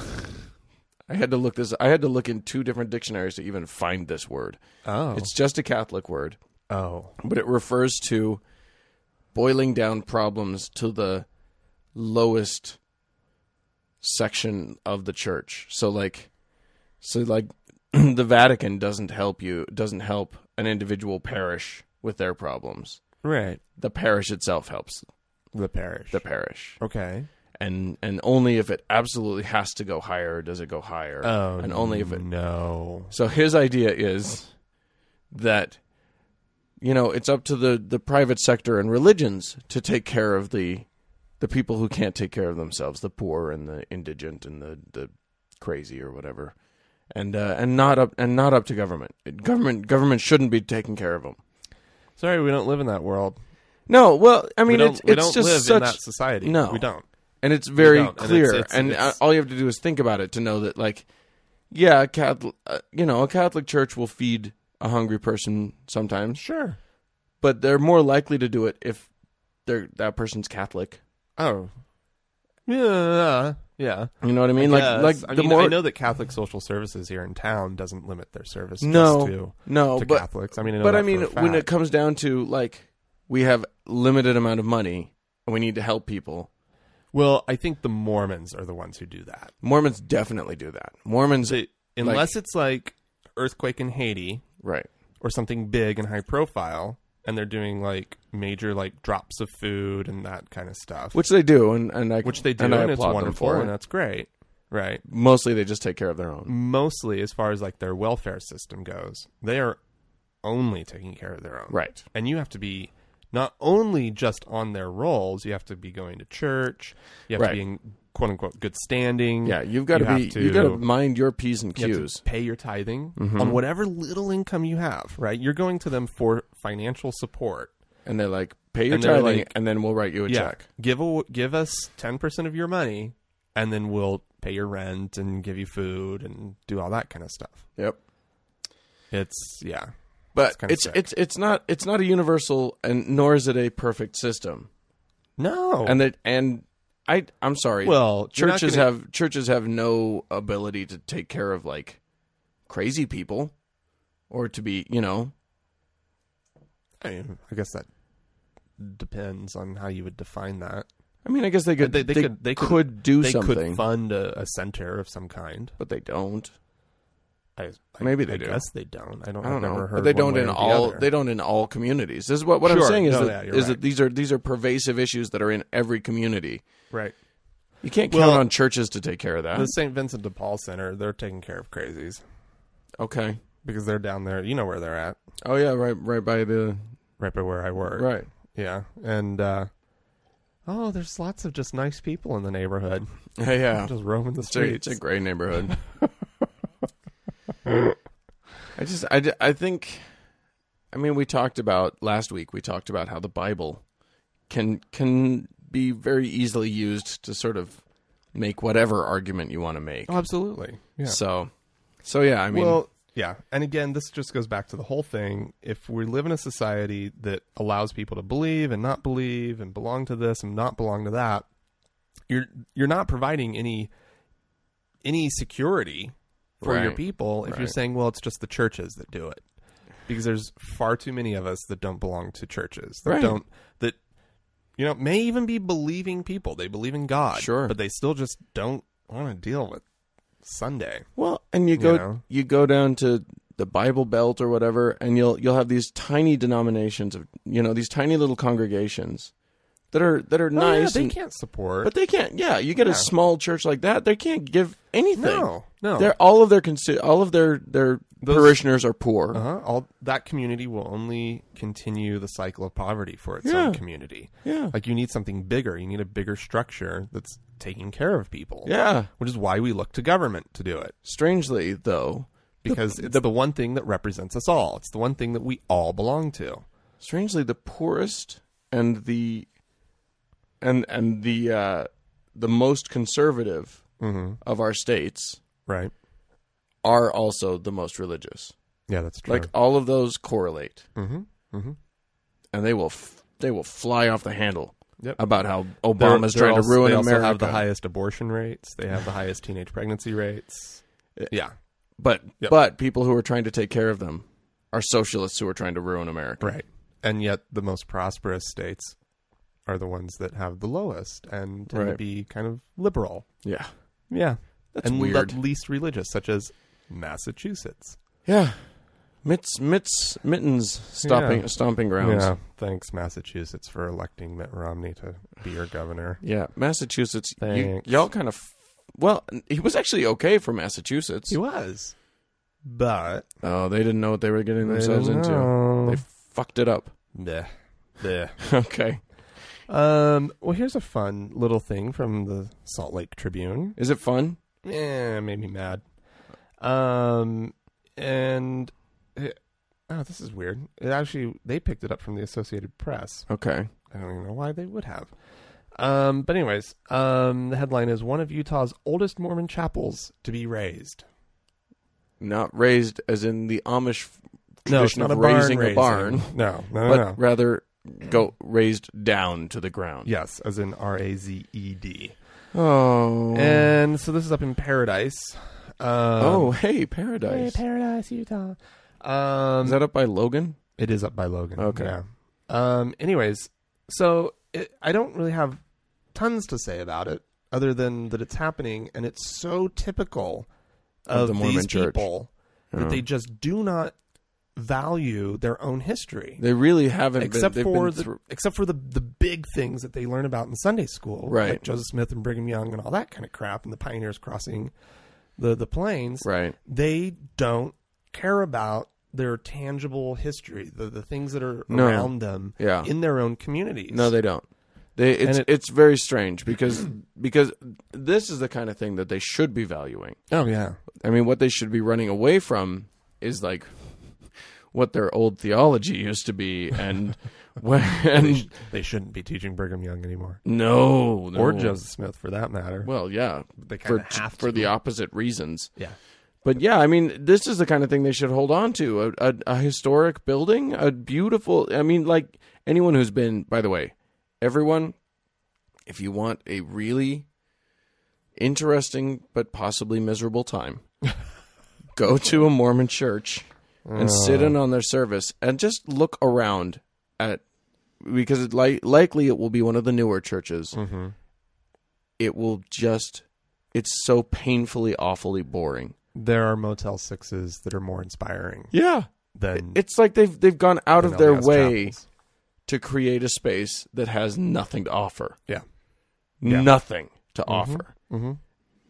[laughs] I had to look this I had to look in two different dictionaries to even find this word. oh. It's just a Catholic word, oh. but it refers to boiling down problems to the lowest section of the church. So like so like [clears throat] the Vatican doesn't help you doesn't help an individual parish with their problems. Right. The parish itself helps The parish. the parish okay. and and only if it absolutely has to go higher does it go higher. Oh. and only if it. no. So his idea is that you know it's up to the the private sector and religions to take care of the the people who can't take care of themselves, the poor and the indigent and the the crazy or whatever, and uh, and not up and not up to government. Government government shouldn't be taking care of them. Sorry, we don't live in that world. No, well, I we mean, don't, it's, we it's don't just live such in that society. No. we don't. and it's very don't, and it's- clear. it's- And, it's- uh, all you have to do is think about it to know that, like, yeah, a Catholic, uh, you know, a Catholic church will feed a hungry person sometimes, Sure. but they're more likely to do it if they're that person's Catholic. Oh. Yeah. Yeah. You know what I mean? like, Yes. like I the mean, more I know that Catholic social services here in town doesn't limit their services No. to, no, to but Catholics. I mean, I know but that I for mean, a when it fact. comes down to like, we have limited amount of money and we need to help people. well, I think the Mormons are the ones who do that, Mormons definitely do that. Mormons, They- unless it's like earthquake in Haiti right? or something big and high profile, and they're doing like major like drops of food and that kind of stuff, Which they do, and and I, which they do, and, and, it's I applaud them wonderful, for and it. that's great, right? Mostly, they just take care of their own. Mostly, as far as like their welfare system goes, they are only taking care of their own, Right. and you have to be not only just on their rolls, you have to be going to church, you have Right. to be in quote unquote good standing. Yeah, you've got You to be. have to- You've got to mind your p's and you have to q's. pay your tithing Mm-hmm. on whatever little income you have, right? You're going to them for financial support. And they're like, pay your And they're tithing, like- and then we'll write you a check. Give a, give us 10% of your money and then we'll pay your rent and give you food and do all that kind of stuff. Yep. It's yeah. But kinda it's sick. it's it's not it's not a universal, and nor is it a perfect system. No. And that and I I'm sorry. well, you're not churches gonna- have churches have no ability to take care of like crazy people, or to be you know I, mean, I guess that depends on how you would define that. I mean I guess they could They- they could- they could- do they something, could fund a, a center of some kind. but they don't. I, I- Maybe they I do. Guess they don't. I don't. I don't I've know, never heard. but they one don't way in or the all. other. They don't in all communities. This is what, what I'm Sure. saying is No, yeah, that you're is right. that these are these are pervasive issues that are in every community. right. You can't count Well- on churches to take care of that. The St. Vincent de Paul Center, they're taking care of crazies okay. because they're down there. You know where they're at, Oh yeah, right, right by the right by where I work. right. Yeah, and uh, oh, there's lots of just nice people in the neighborhood, Yeah, yeah. just roaming the It's a, streets. it's a great neighborhood. [laughs] I just, I, ju- I think, I mean, we talked about last week. We talked about how the Bible can can be very easily used to sort of make whatever argument you want to make. oh, absolutely. Yeah. So, so yeah, I mean, well, yeah, and again, this just goes back to the whole thing. If we live in a society that allows people to believe and not believe, and belong to this and not belong to that, you're you're not providing any any security for your Right. people if you're Right. saying, well, it's just the churches that do it, because there's far too many of us that don't belong to churches that Right. don't that you know may even be believing people. They believe in God, Sure. but they still just don't want to deal with Sunday. well, and you go, you, know. go down to the Bible Belt or whatever, and you'll you'll have these tiny denominations of, you know, these tiny little congregations that are that are Oh, yeah, nice. they and- can't support. but they can't. Yeah, you get a small church like that, they can't give anything. no, no. They're all of their consi- all of their their Those- parishioners are poor. Uh-huh. All that community will only continue the cycle of poverty for its Yeah. own community. Yeah. Like you need something bigger. You need a bigger structure that's taking care of people. Yeah. Which is why we look to government to do it Strangely though, because it's the one thing that represents us all. It's the one thing that we all belong to. strangely the poorest and the and and the uh the most conservative Mm-hmm. of our states Right. are also the most religious. Yeah, that's true. Like all of those correlate. Mm-hmm. Mm-hmm. And they will f- they will fly off the handle Yep. about how They're- Obama's they're trying also- to ruin they also America. have the highest abortion rates. They have the highest teenage pregnancy rates. Yeah. But Yep. but people who are trying to take care of them are socialists who are trying to ruin America. Right. And yet the most prosperous states are the ones that have the lowest and tend to Right. be kind of liberal. Yeah. Yeah. That's and le- weird. least religious, such as Massachusetts. Yeah. Mitts Mitts Mittens stomping Yeah. stomping grounds. Yeah. Thanks, Massachusetts, for electing Mitt Romney to be your governor. Massachusetts you, Thanks. y'all kind of well, he was actually okay for Massachusetts. He was. But. Oh, they didn't know what they were getting themselves into. They fucked it up. Bleh. Bleh. okay. Um, well, here's a fun little thing from the Salt Lake Tribune. Is it fun? Yeah, it made me mad. Um, and it- oh, this is weird. It actually they picked it up from the Associated Press. Okay. I don't even know why they would have. Um, but anyways, um, the headline is one of Utah's oldest Mormon chapels to be raised. Not raised as in the Amish f- No, it's tradition not of a barn raising a raising. barn, No, no, no. but no. rather go raised down to the ground. Yes, as in R A Z E D. Oh. And so this is up in Paradise. Um, oh, hey, Paradise. Paradise, Utah. Um, Is that up by Logan? It is up by Logan. Okay. Yeah. Um. Anyways, so it, I don't really have tons to say about it, other than that it's happening, and it's so typical Of of, the Mormon these church. people that they just do not value their own history, They really haven't except been, they've for been the through- except for the the big things that they learn about in Sunday school, Right. Like Joseph Smith and Brigham Young and all that kind of crap, and the pioneers crossing the the plains, right. they don't care about their tangible history, the the things that are No. around them Yeah. in their own communities. No, they don't. They it's it- it's very strange because [clears throat] because this is the kind of thing that they should be valuing. oh [laughs] yeah, I mean, what they should be running away from is like what their old theology used to be, and [laughs] when, and they shouldn't be teaching Brigham Young anymore, no, no, or Joseph Smith for that matter. Well, yeah, they for kinda have for to. the opposite reasons. yeah, But yeah, I mean, this is the kind of thing they should hold on to a, a, a historic building, a beautiful. I mean, like anyone who's been, by the way, everyone, if you want a really interesting but possibly miserable time, go to a Mormon church and sit in on their service and just look around at because it li- likely it will be one of the newer churches. It will just. It's so painfully, awfully boring. there are Motel Sixes that are more inspiring Yeah. than It's like they've they've gone out than of their LDS way chapels. to create a space that has nothing to offer. Yeah, Nothing to offer. Mhm.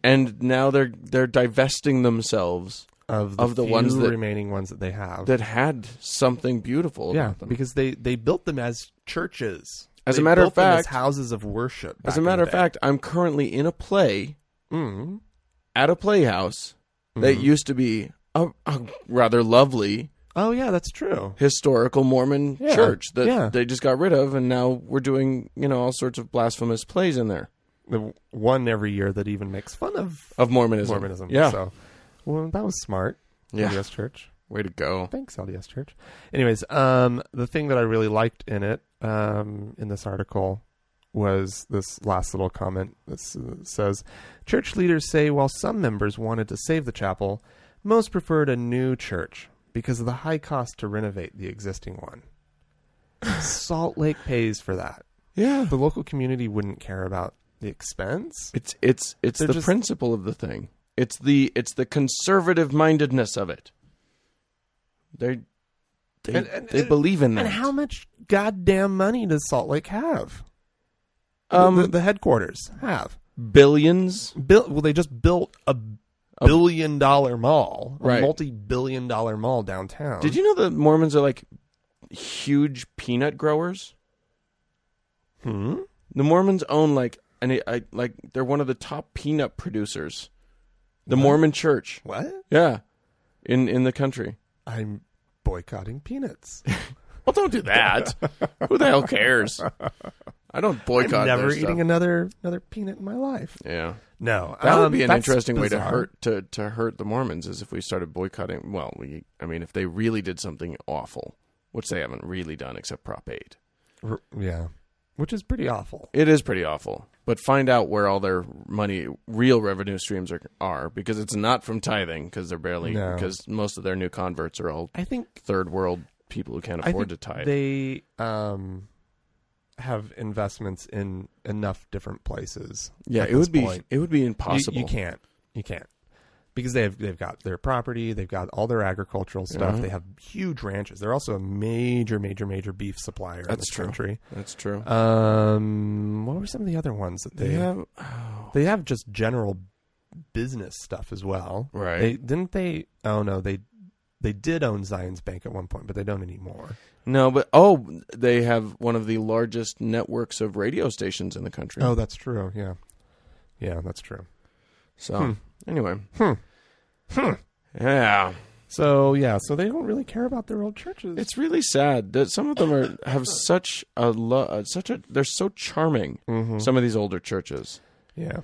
And now they're they're divesting themselves of the, Of the few ones that- remaining ones that they have. that had something beautiful yeah, about them. because they they built them as churches. As a They matter of built them as fact- houses of worship. As a matter of fact, I'm currently in a play mm at a playhouse that Mm-hmm. used to be a, a rather lovely oh yeah, that's true. historical Mormon Yeah, church that yeah. they just got rid of, and now we're doing you know all sorts of blasphemous plays in there the one every year that even makes fun of of Mormonism. Mormonism. Oh, yeah, So, well, that was smart. Yeah. LDS Church. way to go. Thanks, LDS Church. Anyways, um, the thing that I really liked in it, um, in this article, was this last little comment that s- says, "Church leaders say while some members wanted to save the chapel, most preferred a new church because of the high cost to renovate the existing [laughs] one." Salt Lake pays for that. Yeah, The local community wouldn't care about the expense. It's it's it's They're the just- principle of the thing. It's the it's the conservative mindedness of it. They they And- uh, and- they believe in that. And how much goddamn money does Salt Lake have? Um, the, the headquarters have Billions. built. Well, they just built a billion dollar mall, Right. a multi billion dollar mall downtown. Did you know that Mormons are like huge peanut growers? Hmm? The Mormons own like and I, I like they're one of the top peanut producers. The Mormon Church. What? Yeah. In in the country. I'm boycotting [laughs] peanuts. Well, don't do that. [laughs] Who the hell [laughs] cares? I don't boycott. I'm their never stuff. eating another another peanut in my life. Yeah, No, that would um, be an that's interesting way to bizarre. hurt to, to hurt the Mormons is if we started boycotting. Well, we, I mean, if they really did something awful, which they haven't really done except Prop Eight, R- yeah, which is pretty awful. it is pretty awful. But find out where all their money, real revenue streams are, are because it's not from tithing because they're barely No. because most of their new converts are all I think third world people who can't I afford to think tithe. They um, have investments in enough different places. yeah, at it this would be point. it would be You- impossible. You, can't. You can't. Because they've they've got their property, they've got all their agricultural stuff. Mm-hmm. They have huge ranches. They're also a major, major, major beef supplier in That's this true. country. That's true. Um, what were some of the other ones that they they have They have just general business stuff as well. [sighs] right. They didn't they? Oh no, they they did own Zion's Bank at one point, but they don't anymore. No, but oh, they have one of the largest networks of radio stations in the country. Oh, that's true. Yeah, yeah, that's true. so Hmm. anyway, Hmm. Hmm. yeah, So yeah, so they don't really care about their old churches. it's really sad that some of them are have such a lo- uh, such a they're so charming. Mhm. Some of these older churches, yeah,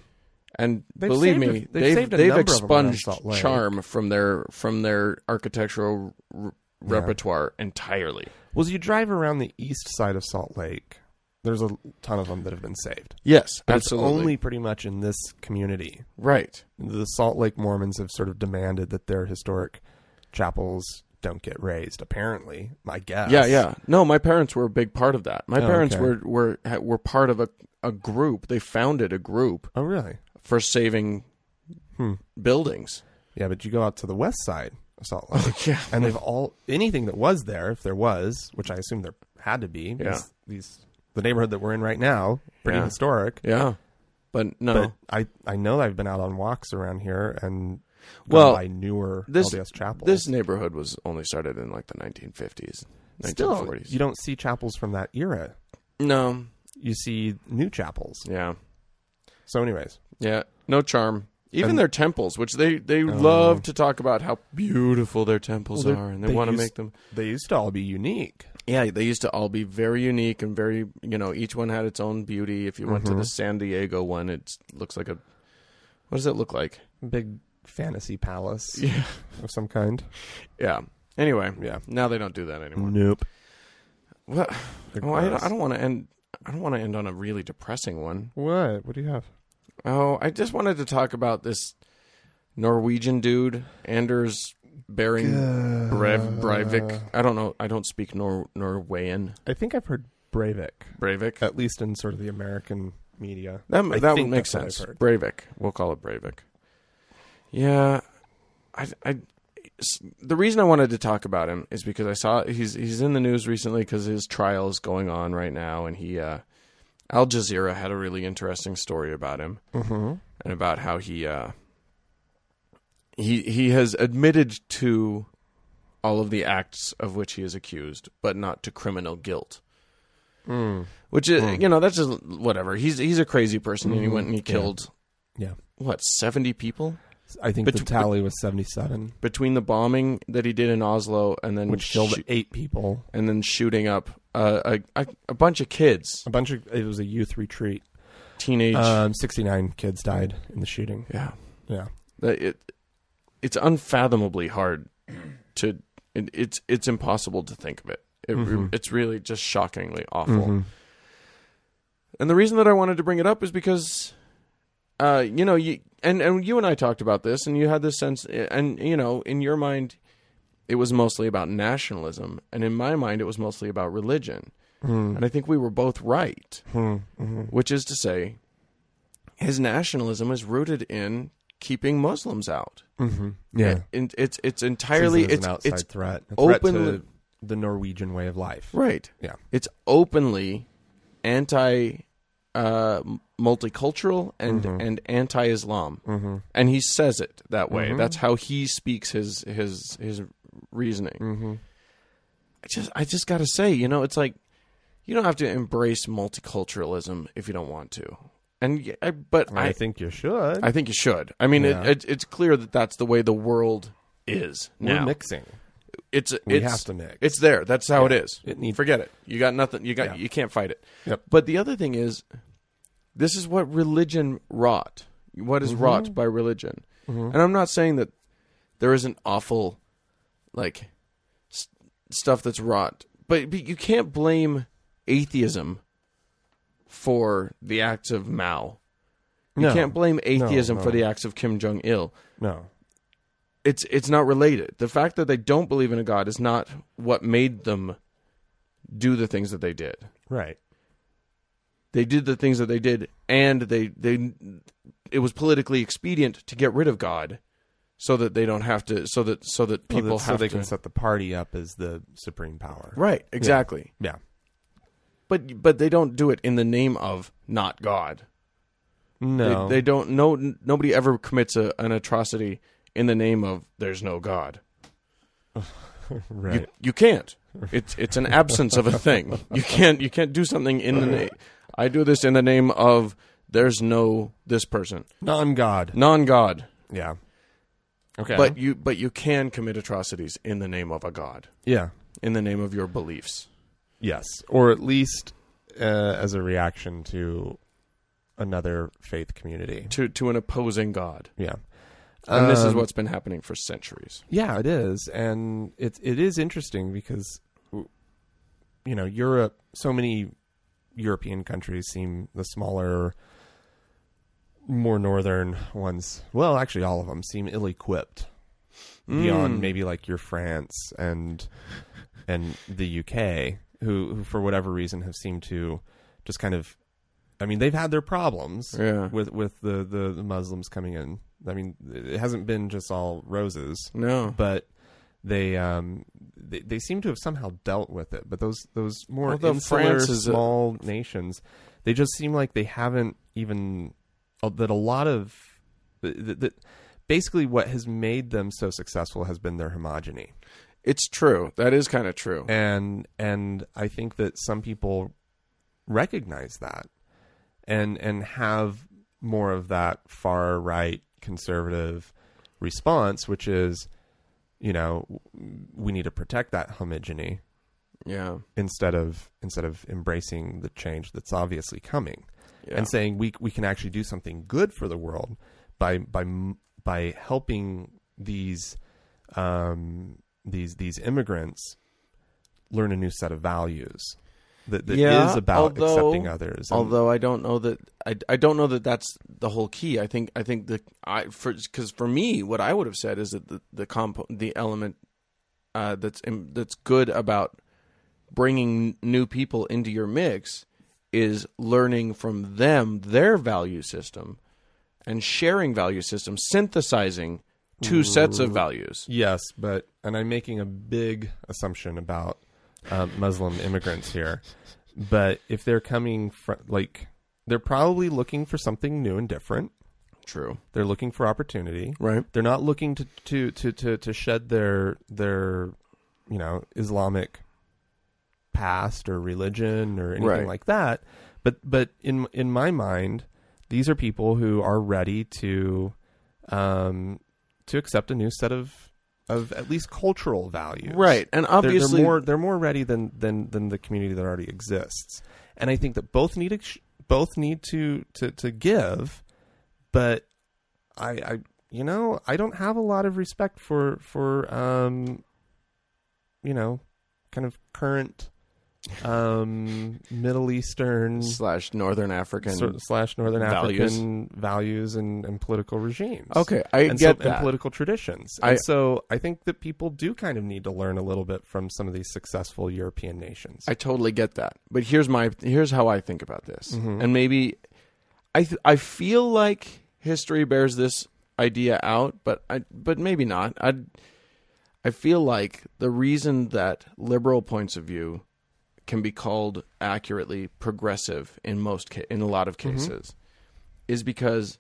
and They've believe saved a- me, they've they've saved a they've number of them around expunged Salt Lake. charm from their from their architectural r- repertoire entirely. Well, as you drive around the east side of Salt Lake, there's a ton of them that have been saved. Yes, But absolutely it's only pretty much in this community. right. The Salt Lake Mormons have sort of demanded that their historic chapels don't get raised, apparently, I guess. Yeah, yeah. No, my parents were a big part of that. My Oh, parents okay. were were ha- were part of a a group. They founded a group Oh, really? for saving Hmm. buildings. Yeah, but you go out to the west side of [laughs] Salt Lake, Yeah. and they've all anything that was there, if there was, which I assume there had to be. because These the neighborhood that we're in right now, pretty Yeah. historic. Yeah. But no. But I I know I've been out on walks around here and gone Well, by newer this- LDS chapels. this neighborhood was only started in like the 1950s, 1940s. Still, you don't see chapels from that era. no. You see new chapels. Yeah. So, anyways, Yeah. No charm. Even And- Oh. their temples, which they they love to talk about how beautiful their temples Well, they're- are and they, they want to used- make them they used to all be unique. Yeah, they used to all be very unique and very, you know, each one had its own beauty. If you went to the San Diego one, it looks like a What does it look like? Big fantasy palace Yeah. of some kind. Yeah. Anyway, Yeah. now they don't do that anymore. Nope. What? They're Oh, I, gross. I don't want to end I don't want to end on a really depressing one. What? What do you have? Oh, I just wanted to talk about this Norwegian dude, Anders Bering Brev- Breivik. I don't know. I don't speak Nor- Norwegian. I think I've heard Breivik, Breivik. at least in sort of the American media. That I that would think make that's what I've sense. heard. Breivik. We'll call it Breivik. Yeah, I, I- s- the reason I wanted to talk about him is because I saw he's he's in the news recently because his trial is going on right now, and he uh, Al Jazeera had a really interesting story about him Mm-hmm. and about how he uh, he he has admitted to all of the acts of which he is accused, but not to criminal guilt. Hmm. Which is, you know, that's just whatever. He's he's a crazy person, and he Mm-hmm. went and he killed Yeah. what seventy people I think But- the tally was 77, between the bombing that he did in Oslo and then which killed shoo- eight people. and then shooting up uh, a, a a bunch of kids, A bunch of, it was a youth retreat. teenage. Um, 69 kids died in the shooting. yeah, Yeah. that it it's unfathomably hard to it, it's it's impossible to think of it. it Mhm. It's really just shockingly awful. Mm-hmm. And the reason that I wanted to bring it up is because, uh, you know, you and and you and I talked about this, and you had this sense, and you know, in your mind, it was mostly about nationalism, and in my mind, it was mostly about religion, Mm-hmm. and I think we were both right, which is to say, his nationalism is rooted in keeping Muslims out. Mm-hmm. Yeah. and it's it's entirely Sees it as it's an outside it's threat. A threat openly- to the Norwegian way of life. right. Yeah. It's openly anti uh, m- multicultural and Mm-hmm. and anti-Islam, and he says it that way. Mm-hmm. That's how he speaks his his his reasoning. Mm-hmm. I just I just gotta say, you know, it's like you don't have to embrace multiculturalism if you don't want to, and y- I, but I, I think you should. I think you should. I mean, Yeah. it, it, it's clear that that's the way the world is We're now. mixing. It's it's We have to mix. It's there. That's how it is. It need- Forget it. You got nothing. You got you can't fight it. Yep. But the other thing is, this is what religion wrought. What Mm-hmm. is wrought by religion? And I'm not saying that there isn't awful, like, s- stuff that's wrought, but, but you can't blame atheism for the acts of Mao. You No. can't blame atheism no. for the acts of Kim Jong Il No. it's it's not related. The fact that they don't believe in a god is not what made them do the things that they did. Right. They did the things that they did and they they it was politically expedient to get rid of god so that they don't have to so that so that people People so have they to can set the party up as the supreme power. Right, exactly. Yeah. But but they don't do it in the name of not god. No. They, they don't no nobody ever commits a, an atrocity in the name of there's no god. [laughs] right. you, you can't. It's it's an absence of a thing. You can't you can't do something in the name. I do this in the name of there's no this person Non God. non god. Yeah. Okay. But you but you can commit atrocities in the name of a god yeah. in the name of your beliefs. Yes. Or at least uh, as a reaction to another faith community. To, to an opposing god, Yeah. and this is Um, what's been happening for centuries. Yeah, it is, and it it is interesting because w- you know Europe. So many European countries seem the smaller, more northern ones. Well, actually, all of them seem ill-equipped Mm. beyond maybe like your France and and the UK, who, who for whatever reason have seemed to just kind of. I mean, they've had their problems Yeah. with with the, the the Muslims coming in. I mean, it hasn't been just all roses No, but they um they, they seem to have somehow dealt with it. But those those more Although insular France is a- small nations, they just seem like they haven't even uh, that a lot of that, that basically what has made them so successful has been their homogeny it's true. That is kind of true. and and I think that some people recognize that and and have more of that far right conservative response, which is, you know, w- we need to protect that homogeny Yeah, instead of instead of embracing the change that's obviously coming yeah. and saying we we can actually do something good for the world by by m- by helping these um, these these immigrants learn a new set of values that, that is Yeah, about although- accepting others. And- Although I don't know that I, I don't know that that's the whole key. I think I think the I for because for me what I would have said is that the the comp the element uh, that's im- that's good about bringing new people into your mix is learning from them their value system and sharing value system, synthesizing two sets of values. yes, but and I'm making a big assumption about um, Muslim immigrants here, but if they're coming from like they're probably looking for something new and different. True. They're looking for opportunity. Right. They're not looking to to to to, to shed their their you know Islamic past or religion or anything Right. like that. But but in in my mind, these are people who are ready to um to accept a new set of of at least cultural values. Right. And They're- obviously they're, more they're more ready than than than the community that already exists. And I think that both need to, both need to to to give, but I I you know I don't have a lot of respect for for um you know kind of current um [laughs] Middle Eastern. slash northern African sor- slash Northern Values. African values and, and political regimes Okay, I and get so, and that. political traditions. And I- so I think that people do kind of need to learn a little bit from some of these successful European nations. I totally get that. But here's my here's how I think about this. And maybe I th- I feel like history bears this idea out, but I but maybe not. I I feel like the reason that liberal points of view can be called accurately progressive in most ca- in a lot of cases is because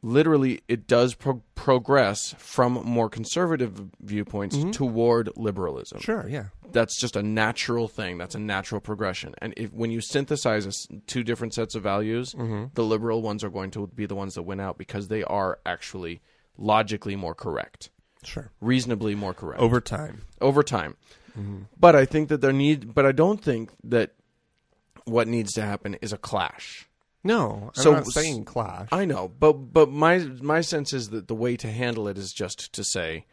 literally it does pro- progress from more conservative viewpoints toward liberalism Sure, yeah. that's just a natural thing. That's a natural progression. And if, when you synthesize us- two different sets of values, the liberal ones are going to be the ones that win out because they are actually logically more correct, Sure. reasonably more correct Over time. over time. But I think that there need. But I don't think that what needs to happen is a clash. No, I'm So- not saying clash. I know, but but my my sense is that the way to handle it is just to say,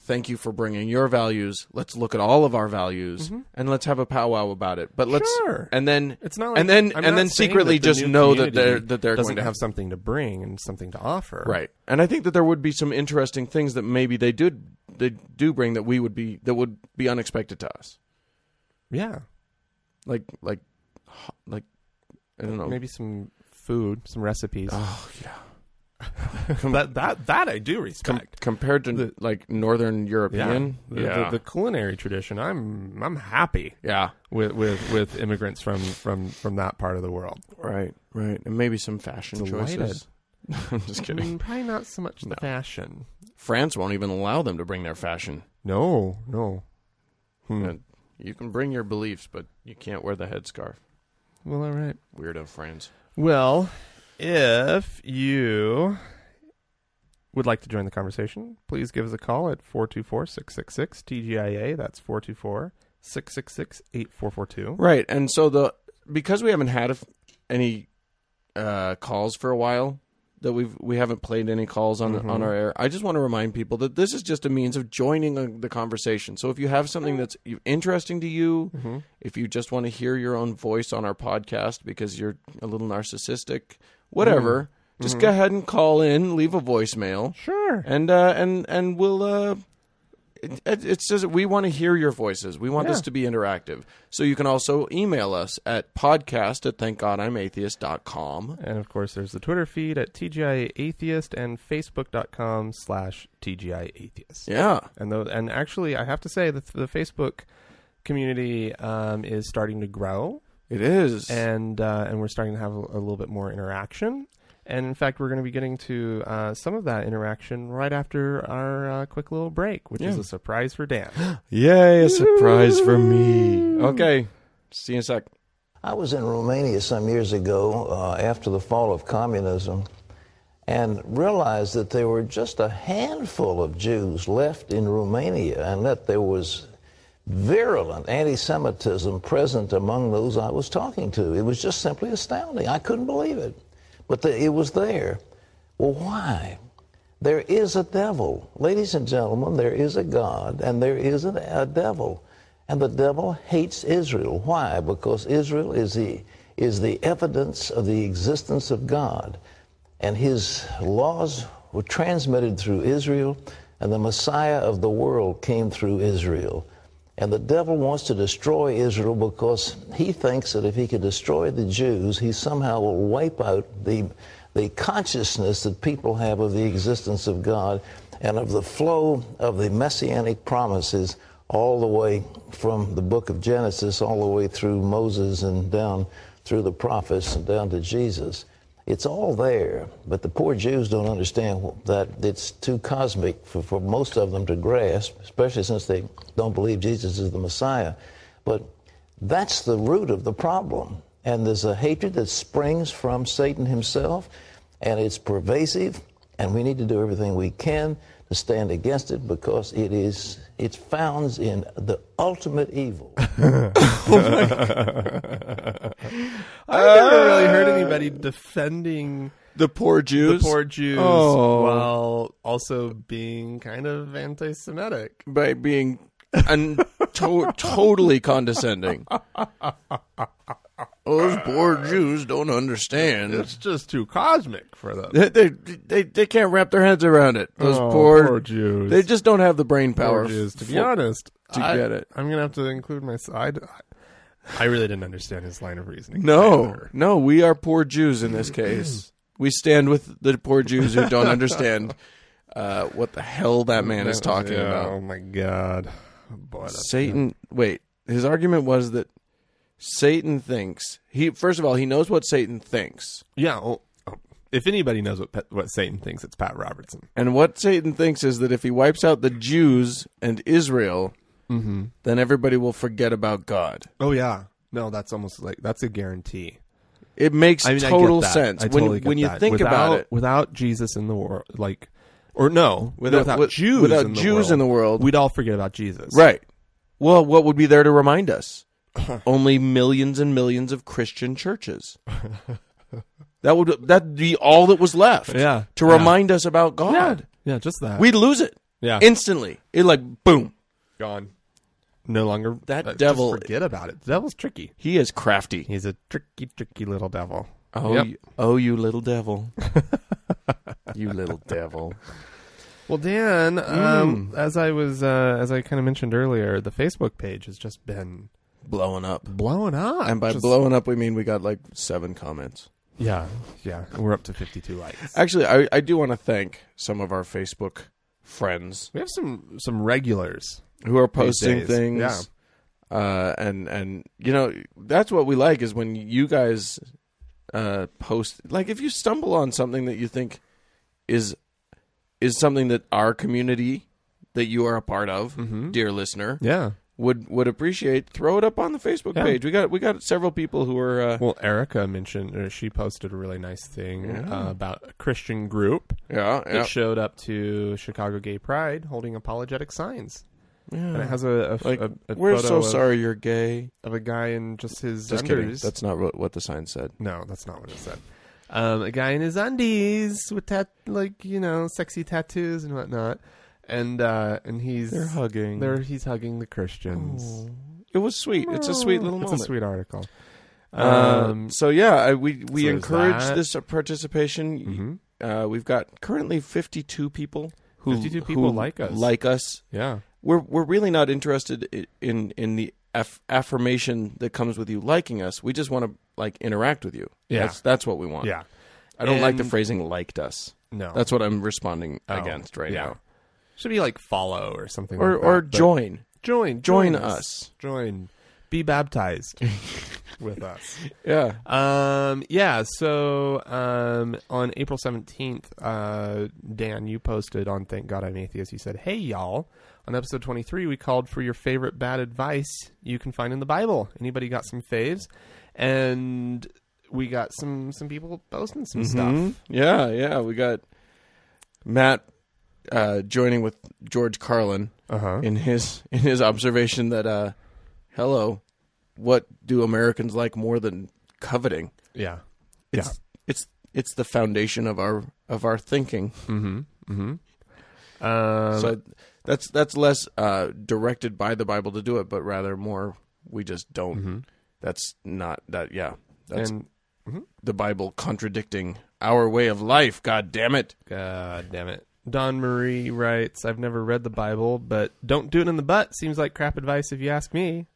"Thank you for bringing your values. Let's look at all of our values and let's have a powwow about it." But let's Mm-hmm. Sure. and then it's not like and then I'm and not then saying secretly that the just new know that they're community that they're doesn't going to have something to bring and something to offer. right. And I think that there would be some interesting things that maybe they did they do bring that we would be that would be unexpected to us, Yeah. like like ho- like I don't know. Maybe some food, some recipes. Oh yeah. [laughs] that that that I do Com- respect. compared to The- like Northern European, The, The, the culinary tradition. I'm I'm happy Yeah. with with with immigrants from from from that part of the world. Right. Right. And maybe some fashion Delighted. choices. [laughs] I'm just kidding. Mm, probably not so much No. the fashion. France won't even allow them to bring their fashion. No, no. Hmm. And you can bring your beliefs, but you can't wear the headscarf. Well, all right. Weirdo France. Well, if you would like to join the conversation, please give us a call at 424 666 TGIA. That's 424 666 8442. Right. And so the because we haven't had a f- any uh, calls for a while that we've we haven't played any calls on on our air. I just want to remind people that this is just a means of joining uh the conversation. So if you have something that's you- interesting to you, if you just want to hear your own voice on our podcast because you're a little narcissistic, whatever, just go ahead and call in, leave a voicemail, Sure. and uh, and and we'll. Uh, it, it, it's just we want to hear your voices. We want this Yeah. to be interactive. So you can also email us at podcast at thankgodimatheist.com. And of course, there's the Twitter feed at TGI Atheist and Facebook.com slash TGI Atheist. Yeah. And, tho- and actually, I have to say that the Facebook community um, is starting to grow. It is. and uh, and we're starting to have a, a little bit more interaction. And in fact, we're going to be getting to uh, some of that interaction right after our uh, quick little break, which is Yeah. a surprise for [gasps] Dan. Yay, a surprise for me. Okay. See you in a sec. I was in Romania some years ago uh, after the fall of communism and realized that there were just a handful of Jews left in Romania and that there was virulent anti Semitism present among those I was talking to. It was just simply astounding. I couldn't believe it. But the, it was there. Well, why? There is a devil. Ladies and gentlemen, there is a God and there is an, a devil. And the devil hates Israel. Why? Because Israel is the, is the evidence of the existence of God. And his laws were transmitted through Israel, and the Messiah of the world came through Israel. And the devil wants to destroy Israel because he thinks that if he can destroy the Jews, he somehow will wipe out the, the consciousness that people have of the existence of God and of the flow of the messianic promises all the way from the book of Genesis, all the way through Moses and down through the prophets and down to Jesus. It's all there, but the poor Jews don't understand that it's too cosmic for, for most of them to grasp, especially since they don't believe Jesus is the Messiah. But that's the root of the problem. And there's a hatred that springs from Satan himself, and it's pervasive, and we need to do everything we can to stand against it because it is it founds in the ultimate evil. I've never really heard anybody defending The poor the Jews. poor Jews Oh. while also being kind of anti-Semitic. by being un- to- totally [laughs] condescending. Those poor Jews don't understand. It's just too cosmic for them. They, they they they can't wrap their heads around it. Those Oh, poor, poor Jews. They just don't have the brain power. Jews, to be for- honest, to I, get it. I'm gonna have to include my side. I really didn't understand his line of reasoning. No, either. no, we are poor Jews in [clears throat] this case. we stand with the poor Jews who don't [laughs] understand uh, what the hell that man is talking Yeah, about. Oh my god, boy, that's Satan. Wait, his argument was that Satan thinks he first of all he knows what Satan thinks, Yeah. Well, oh, if anybody knows what Pat- what Satan thinks, it's Pat Robertson. and what Satan thinks is that if he wipes out the Jews and Israel, Mm-hmm. then everybody will forget about God. Oh yeah. No, that's almost like that's a guarantee. It makes I mean, total I get that. sense I when totally get when you that. think Without- about it. Without Jesus in the world, like, or no, Without- without, with- Jews, without in the Jews world, in the world. we'd all forget about Jesus, Right. Well, what would be there to remind us? Only millions and millions of Christian churches. that would that be all that was left. Yeah. To Yeah. remind us about God. Yeah, just that. We'd lose it. Yeah. Instantly. It like boom. gone. No longer That just devil- forget about it. The devil's tricky. He is crafty. He's a tricky, tricky little devil. Oh, Yep. you, oh, you [laughs] little devil. you little devil. Well, Dan, um, as I was, uh, as I kind of mentioned earlier, the Facebook page has just been Blowing up. blowing up. And by Just- blowing up, we mean we got like seven comments. yeah, yeah, we're up to fifty-two likes. Actually, I, I do want to thank some of our Facebook friends We have some some regulars. who are posting days, things. yeah. Uh, and and you know that's what we like is when you guys uh, post like if you stumble on something that you think is is something that our community that you are a part of, Mm-hmm. dear listener, Yeah. would would appreciate. Throw it up on the Facebook Yeah. page. We got we got several people who are uh, Well, Erica mentioned, or she posted a really nice thing uh, about a Christian group yeah, that yeah. showed up to Chicago Gay Pride holding apologetic signs. And it Yeah. has a, a, like a, a we're photo so of, sorry you're gay. of a guy in just his Just kidding. undies. That's not what, what the sign said. No, that's not what it said. Um, a guy in his undies with tat, like you know, sexy tattoos and whatnot, and uh, and he's They're hugging. there. He's hugging the Christians. It was sweet. It's a sweet little it's moment. a sweet article. Um, Um, so yeah, I, we we so there's encourage that. Mm-hmm. this uh, participation. Uh, we've got currently 52 people who 52 who people like us. Like us, yeah, we're we're really not interested i- in in the aff- affirmation that comes with you liking us. We just want to like interact with you. Yeah. that's, that's what we want. yeah. I don't like the And- phrasing "liked us." No, That's what I'm responding Oh, against right yeah. now. Should be like follow or something, Or like that, or but- join. join, join us. join, be [laughs] baptized with us. Yeah. Um, yeah. So um, on April seventeenth, uh, Dan, you posted on Thank God I'm Atheist. You said, "Hey y'all." On episode 23, we called for your favorite bad advice you can find in the Bible. Anybody got some faves? And we got some some people posting some Mm-hmm. stuff. Yeah, yeah. We got Matt uh, joining with George Carlin Uh-huh. in his in his observation that uh, hello, what do Americans like more than coveting? Yeah. It's, It's it's the foundation of our of our thinking. yeah. Mm-hmm. Um, Mm-hmm. so that's that's less uh, directed by the Bible to do it, but rather more we just don't. That's not that. Yeah, that's Mm-hmm. and the Bible contradicting our way of life. God damn it. God damn it. Don Marie writes, I've never read the Bible, but don't do it in the butt seems like crap advice if you ask me.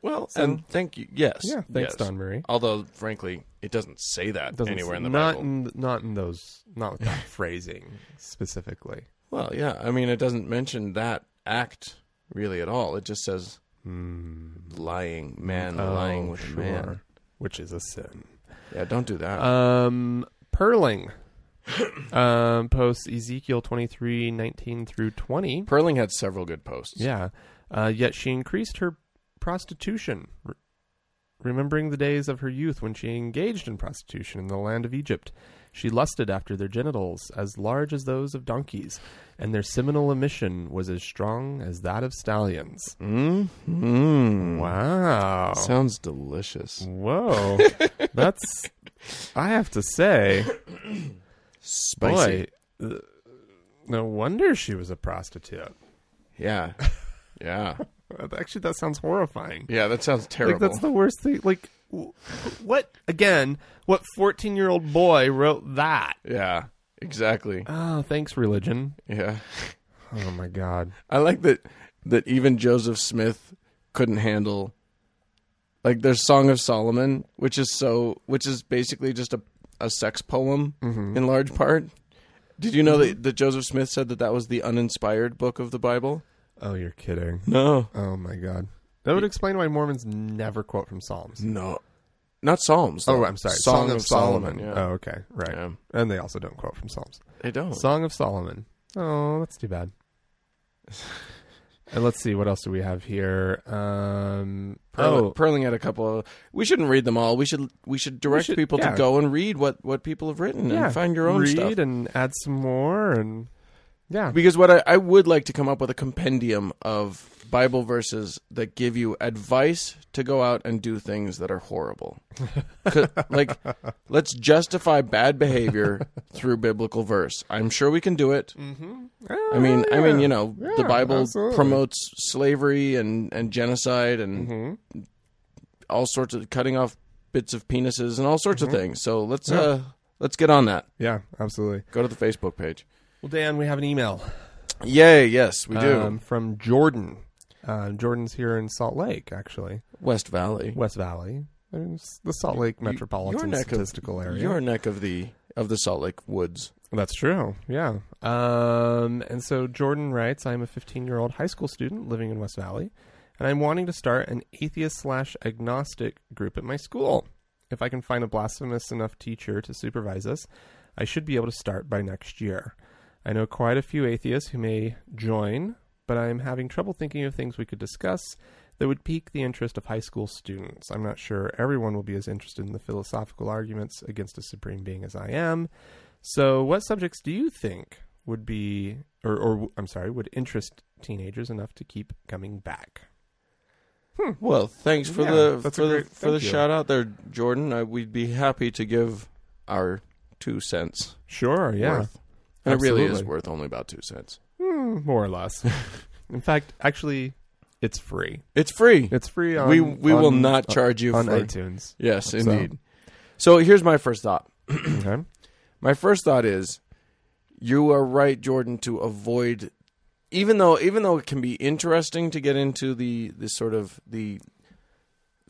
Well, and thank you. Yes. Yeah, thanks, yes. Don Marie. Although, frankly, it doesn't say that Doesn't- anywhere in the not Bible. In, not in those, not with [laughs] that phrasing specifically. Well, yeah. I mean, it doesn't mention that act really at all. It just says lying, Hmm. man Oh, lying with a man. Uh. Which is a sin. Yeah, don't do that. Um, Perling [coughs] um, posts Ezekiel twenty three nineteen through 20. Perling had several good posts. Yeah. Uh, yet she increased her prostitution, re- remembering the days of her youth when she engaged in prostitution in the land of Egypt. She lusted after their genitals, as large as those of donkeys, and their seminal emission was as strong as that of stallions. Mm, mm. Wow. Sounds delicious. Mm. Whoa. That's, I have to say, Spicy. boy, uh, no wonder she was a prostitute. [laughs] Yeah. Yeah. Actually, that sounds horrifying. Yeah, that sounds terrible. Like that's the worst thing. Like w- what again? What fourteen year old boy wrote that? yeah, exactly. Oh, thanks religion. Yeah. Oh my god. I like that that even Joseph Smith couldn't handle like their Song of Solomon, which is so which is basically just a a sex poem Mm-hmm. in large part. Did you know that, that Joseph Smith said that that was the uninspired book of the Bible? Oh, you're kidding. No. Oh my god. That would explain why Mormons never quote from Psalms. No, not Psalms. Oh, though. I'm sorry. Song, of, Solomon. yeah. Oh, okay. Right. Yeah. And they also don't quote from Psalms. They don't. Song of Solomon. Oh, that's too bad. and let's see, what else do we have here? Um, Pearl, oh, Perling had a couple of. We shouldn't read them all. We should we should direct should- people yeah. to go and read what what people have written yeah. and find your own Read stuff. and add some more, and yeah, Because what I, I would like to come up with a compendium of Bible verses that give you advice to go out and do things that are horrible. [laughs] 'Cause, like, let's justify bad [laughs] behavior through biblical verse. I'm sure we can do it. I mean, I mean, you know, the Yeah, Bible absolutely. promotes slavery and and genocide and all sorts of cutting off bits of penises and all sorts of things. So let's uh let's get on that. yeah, absolutely. Go to the Facebook page. Well, Dan, we have an email. Yay! Yes, we do. um, from Jordan. Uh, Jordan's here in Salt Lake, actually, West Valley. West Valley. I mean, it's the Salt Lake metropolitan statistical of, area. Your neck of the of the Salt Lake woods. That's true. Yeah. Um, and so Jordan writes, I'm a 15 year old high school student living in West Valley, and I'm wanting to start an atheist slash agnostic group at my school. If I can find a blasphemous enough teacher to supervise us, I should be able to start by next year. I know quite a few atheists who may join, but I'm having trouble thinking of things we could discuss that would pique the interest of high school students. I'm not sure everyone will be as interested in the philosophical arguments against a supreme being as I am. So, what subjects do you think would be, or, or I'm sorry, would interest teenagers enough to keep coming back? Well, thanks for Mm. Yeah, the that's for a the great- for the thank you. shout out there, Jordan. I, we'd be happy to give our two cents. Sure. Yeah. worth. And it really is Absolutely. worth only about two cents. Hmm, more or [laughs] less. In fact, actually, it's free. It's free. It's free on. we we will on- uh, not charge you on for iTunes. Yes, indeed. So here's my first thought. [clears throat] okay. My first thought is you are right, Jordan, to avoid even though even though it can be interesting to get into the the sort of the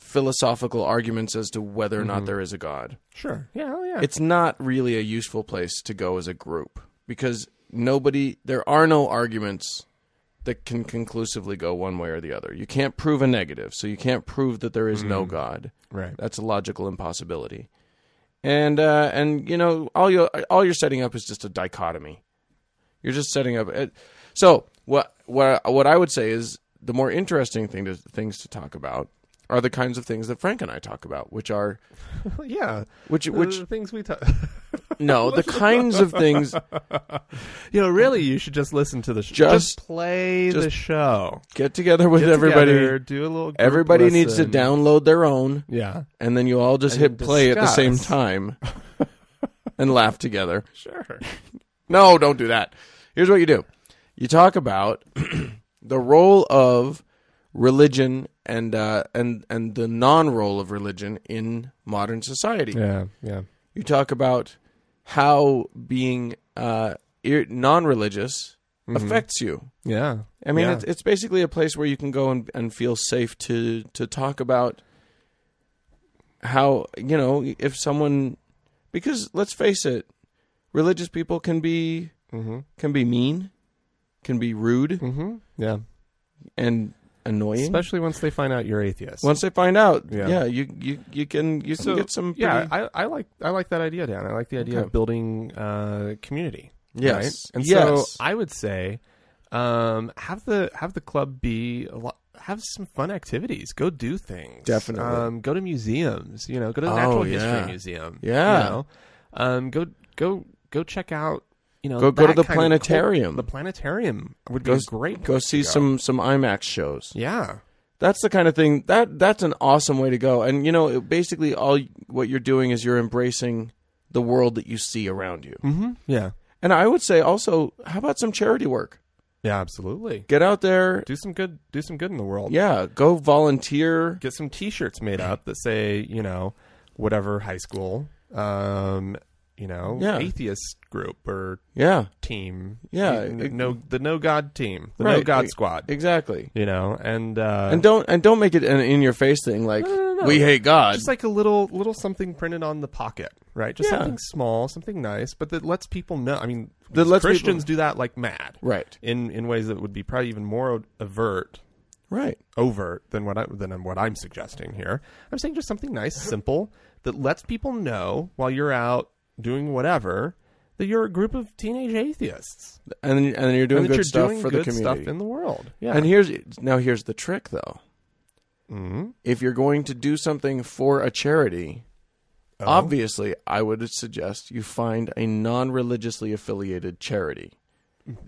philosophical arguments as to whether or not there is a god. Sure. Yeah. hell yeah. It's not really a useful place to go as a group because nobody there are no arguments that can conclusively go one way or the other. You can't prove a negative, so you can't prove that there is no god. right. That's a logical impossibility. And uh, and you know all you all you're setting up is just a dichotomy. You're just setting up. It. So what what what I would say is the more interesting thing to, things to talk about are the kinds of things that Frank and I talk about, which are [laughs] yeah. which which [laughs] the things we talk. no the kinds of things. you know, really, you should just listen to the show. Just- play the just- show. Get together with Get everybody. together, do a little. group everybody needs to lesson. download their own, Yeah. and then you all just And hit play at the same discuss. time and laugh together. [laughs] Sure. No, don't do that. Here's what you do you talk about [clears throat] the role of religion and uh, and and the non-role of religion in modern society. Yeah. Yeah. You talk about how being uh, ir- non-religious affects you. Yeah. I Mm-hmm. mean, Yeah. it's, it's basically a place where you can go and, and feel safe to to talk about how you know if someone because let's face it, religious people can be can be mean, can be rude Mm-hmm. Yeah. and annoying. Especially once they find out you're atheist. Once they find out, yeah, Yeah. you, you you can you can get some pretty, yeah, I, I like I like that idea, Dan. I like the idea Okay. of building uh, community. Yes. right? and Yes. so I would say um, have the have the club be a lot, have some fun activities. Go do things. Definitely. um, go to museums. You know, go to the Oh, Natural yeah. History Museum. Yeah. you know? um, go go go check out. You know, Go- go to that the kind of cult- planetarium. the planetarium would go be a great. go place to see some some IMAX shows. Yeah. That's the kind of thing that that's an awesome way to go. And you know, it- basically, all y- what you're doing is you're embracing the world that you see around you. Mm-hmm. Yeah. And I would say also, how about some charity work? Yeah. Absolutely. Get out there, Do some good. Do some good in the world. yeah, go volunteer. get some t-shirts made up that say you know whatever high school um you know Yeah. atheist group or Yeah, team Yeah, N- it- no the no god team the no Right. god E- squad exactly. you know and uh And don't and don't make it an in your face thing like no, no. we hate God. just like a little little something printed on the pocket right just Yeah. something small something nice but that lets people know i mean That lets christians do that like mad Right. in in ways that would be probably even more overt Right. overt than what I than what I'm suggesting here. I'm saying just something [laughs] nice, simple that lets people know while you're out doing whatever that you're a group of teenage atheists And then, and then you're and doing that good you're stuff doing for good the community. stuff in the world. Yeah, Mm-hmm. And here's now here's the trick though. If you're going to do something for a charity, Oh. obviously I would suggest you find a non-religiously affiliated charity.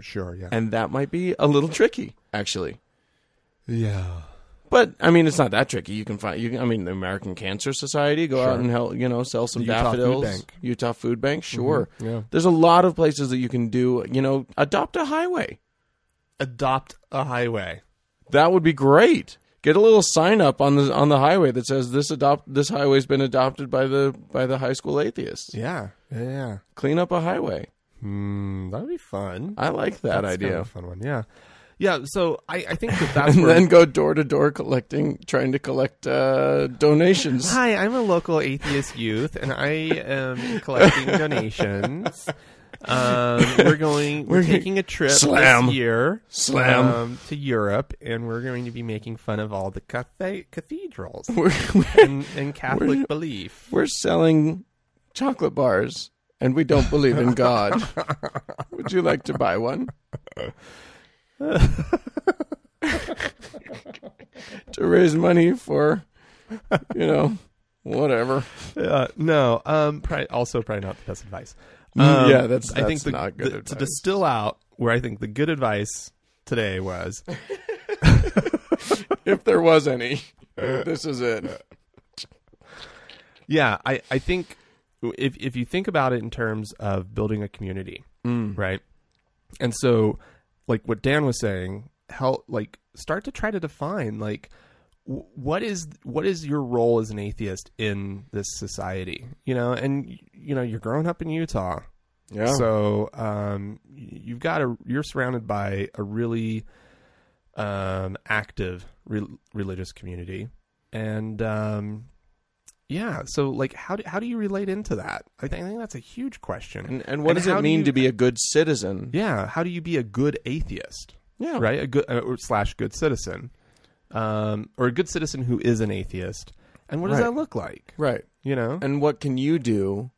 sure, yeah, And that might be a little tricky actually. yeah. But I mean, it's not that tricky. You can find. You can, I mean, the American Cancer Society go out and help. You know, sell some Utah Food daffodils. Bank. Mm-hmm. Utah Food Bank. Sure. yeah. There's a lot of places that you can do. You know, adopt a highway. Adopt a highway. That would be great. Get a little sign up on the on the highway that says this adopt this highway's been adopted by the by the high school atheists. Yeah, yeah. yeah. Clean up a highway. Hmm, that'd be fun. I like that That's idea. kind of a fun one. Yeah, yeah. So I, I think [laughs] that that's and where. then go door to door collecting, trying to collect uh, donations. Hi, I'm a local atheist youth, and I [laughs] am collecting donations. Um, we're going. We're, We're- taking a trip Slam. this year, Slam. um, to Europe, and we're going to be making fun of all the cathe- cathedrals [laughs] We're- and, [laughs] and Catholic belief. we're selling chocolate bars and we don't believe in God. Would you like to buy one? to raise money for, you know, whatever. Uh, no, um, probably, also probably not the best advice. Mm, yeah, that's- Um, I think that's the, not good the- To advice. distill out where I think the good advice today was If there was any, this is it. Yeah, I, I think if if you think about it in terms of building a community, right? And so, like what Dan was saying, help like start to try to define like w- what is what is your role as an atheist in this society? You know, and you know you're growing up in Utah, Yeah. so um, y- you've got a you're surrounded by a really um, active re- religious community, and um, yeah, so like how do how do you relate into that? I think, I think that's a huge question. and, and what does how it do mean you- to be a good citizen? Yeah, how do you be a good atheist? Yeah. right? A good uh, or slash good citizen, um, or a good citizen who is an atheist, and what does Right. that look like? Right. You know, and what can you do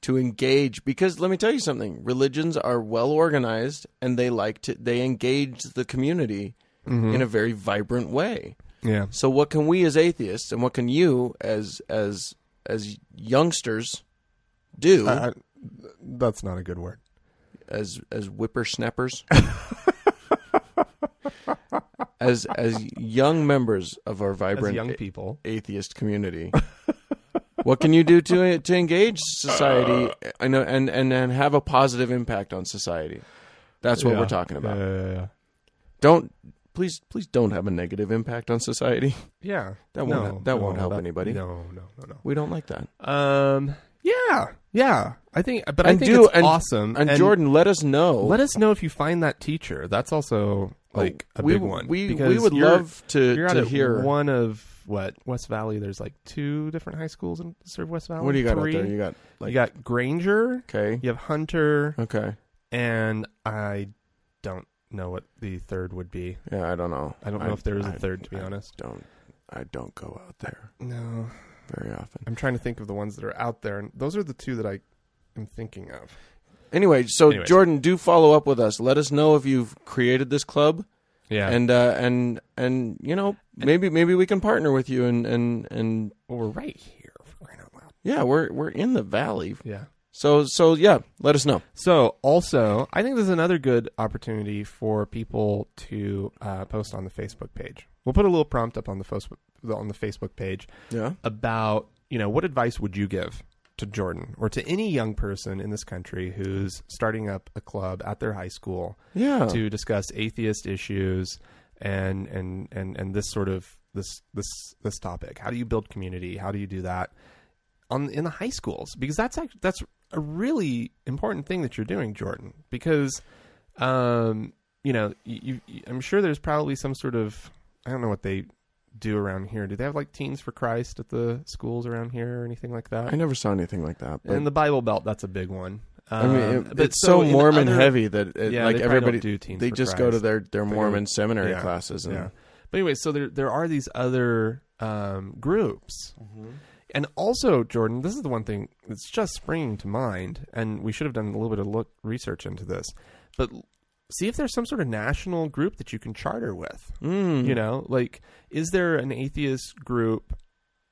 to engage because let me tell you something religions are well organized and they like to they engage the community Mm-hmm. in a very vibrant way yeah, so what can we as atheists and what can you as as as youngsters do Uh, that's not a good word. as as [laughs] whippersnappers as as young members of our As vibrant young people, atheist community. [laughs] what can you do to to engage society Uh. and and and, and have a positive impact on society? That's what Yeah. we're talking about. Yeah, yeah, yeah. Don't please please don't have a negative impact on society. [laughs] Yeah. That won't hel- that won't help anybody. No, no, no, We don't like that. no. Um. Yeah. Yeah. I think, but I And think do- it's and- awesome. And, Jordan, let us know. let us know if you find that teacher. That's also like a Oh, we, big one. We we because would you're- love to You're out to at hear. one of what West Valley. There's like two different high schools in serve West Valley. what do you got Three. out there? You got like you got Granger. okay You have Hunter, okay and I don't know what the third would be. yeah I don't know I don't know if there is a I- third, to be I honest. don't I don't go out there No, very often. I'm trying to think of the ones that are out there, and those are the two that I am thinking of. Anyway, so Anyways. Jordan, do follow up with us. Let us know if you've created this club. Yeah, and uh, and and you know maybe maybe we can partner with you and and and well, we're right here for crying out loud. yeah we're we're in the valley Yeah. so so yeah let us know So also, I think this is another good opportunity for people to uh, post on the Facebook page. We'll put a little prompt up on the Facebook on the Facebook page yeah about you know what advice would you give to Jordan or to any young person in this country who's starting up a club at their high school yeah to discuss atheist issues and and and and this sort of this this this topic. How do you build community? How do you do that on in the high schools? Because that's act- that's a really important thing that you're doing, Jordan. Because um, you know, you, you, I'm sure there's probably some sort of I don't know what they do around here. Do they have like Teens for Christ at the schools around here or anything like that? I never saw anything like that but In the Bible Belt, that's a big one. I mean Um, it- but it's so, in Mormon other- heavy that it, Yeah, like they probably everybody don't do Teens they for just go Christ. to their their Mormon seminary Yeah. classes and Yeah. But anyway, so there there are these other um, groups, and also Jordan. This is the one thing that's just springing to mind, and we should have done a little bit of look research into this. But l- see if there's some sort of national group that you can charter with. Mm. You know, like is there an atheist group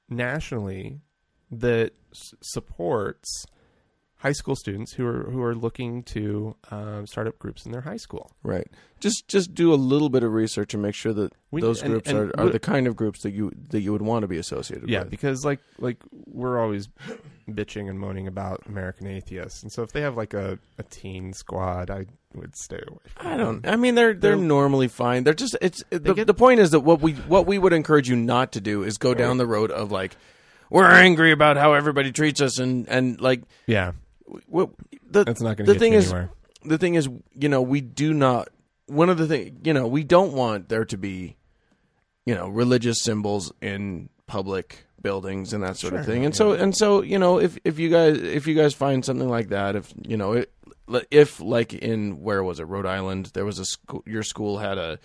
nationally that s- supports high school students who are who are looking to um, start up groups in their high school? Right. Just just do a little bit of research and make sure that We- those and- groups and are, are we- the kind of groups that you that you would want to be associated Yeah, with. because like like we're always bitching and moaning about American atheists, and so if they have like a, a teen squad, I would stay away. From I them. don't. I mean, they're they're, They're- normally fine. They're just it's the, get- the point is that what we what we would encourage you not to do is go down the road of like we're angry about how everybody treats us and and like Yeah, what the That's not gonna the get thing you is anywhere. the thing is you know we do not one of the thing you know we don't want there to be you know religious symbols in public buildings and that sort of thing and so and so you know if if you guys if you guys find something like that if you know it, if like in where was it Rhode Island there was a school your school had a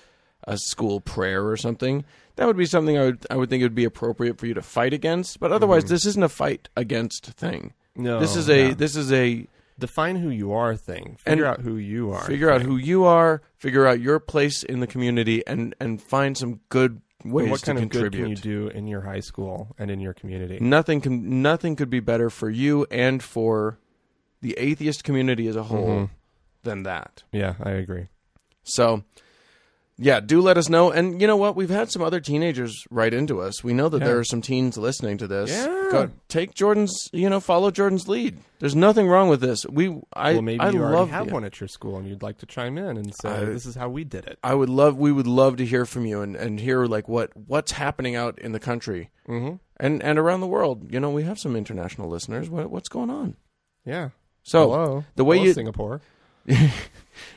a school prayer or something that would be something I would I would think it would be appropriate for you to fight against but otherwise Mm-hmm. this isn't a fight against thing No, this is a Oh, yeah. this is a define who you are thing. Figure And out who you are. figure out who you are, figure out your place in the community, and and find some good ways And what kind to of good contribute. can you do in your high school and in your community? Nothing can nothing could be better for you and for the atheist community Mm-hmm. as a whole than that. Yeah, I agree. So. Yeah, do let us know. And you know what? We've had some other teenagers write into us. We know that there are some teens listening to this. Yeah. Go take Jordan's, you know, follow Jordan's lead. There's nothing wrong with this. We I well, maybe I you love already have the- one at your school, and you'd like to chime in and say this is how we did it. I would love we would love to hear from you and, and hear like what what's happening out in the country mm-hmm. and and around the world. You know, we have some international listeners. What, what's going on? Yeah. So Hello. the way Hello, you Singapore.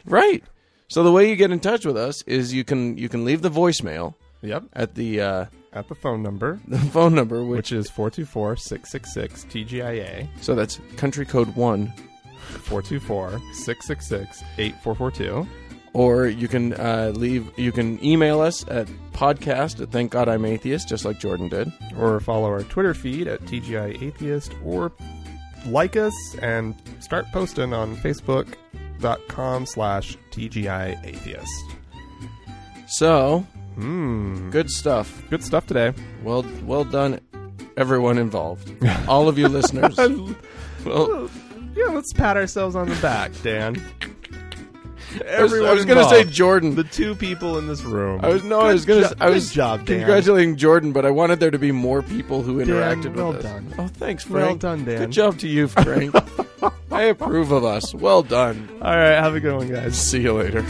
right. So the way you get in touch with us is you can you can leave the voicemail Yep. at the uh, [laughs] At the phone number, the phone number which which, is 424-666-TGIA. so that's country code one 424-666-8442. or you can uh, leave you can email us at podcast at thank God I'm atheist just like Jordan did. Or follow our Twitter feed at TGI Atheist. Or like us and start posting on Facebook.com slash TGI Atheist. So Hmm. good stuff. Good stuff today. Well, well done, everyone involved, [laughs] all of you listeners. Well, Yeah, let's pat ourselves on the back, [laughs] Dan. I was, Everyone I was going to say involved. Jordan. the two people in this room. I was no, I was going to. jo- I was good job, Dan. congratulating Jordan, but I wanted there to be more people who interacted with well us. done. Oh, thanks, Frank. Well done, Dan. Good job to [laughs] you, Frank. I approve of us. Well done. All right, have a good one, guys. See you later.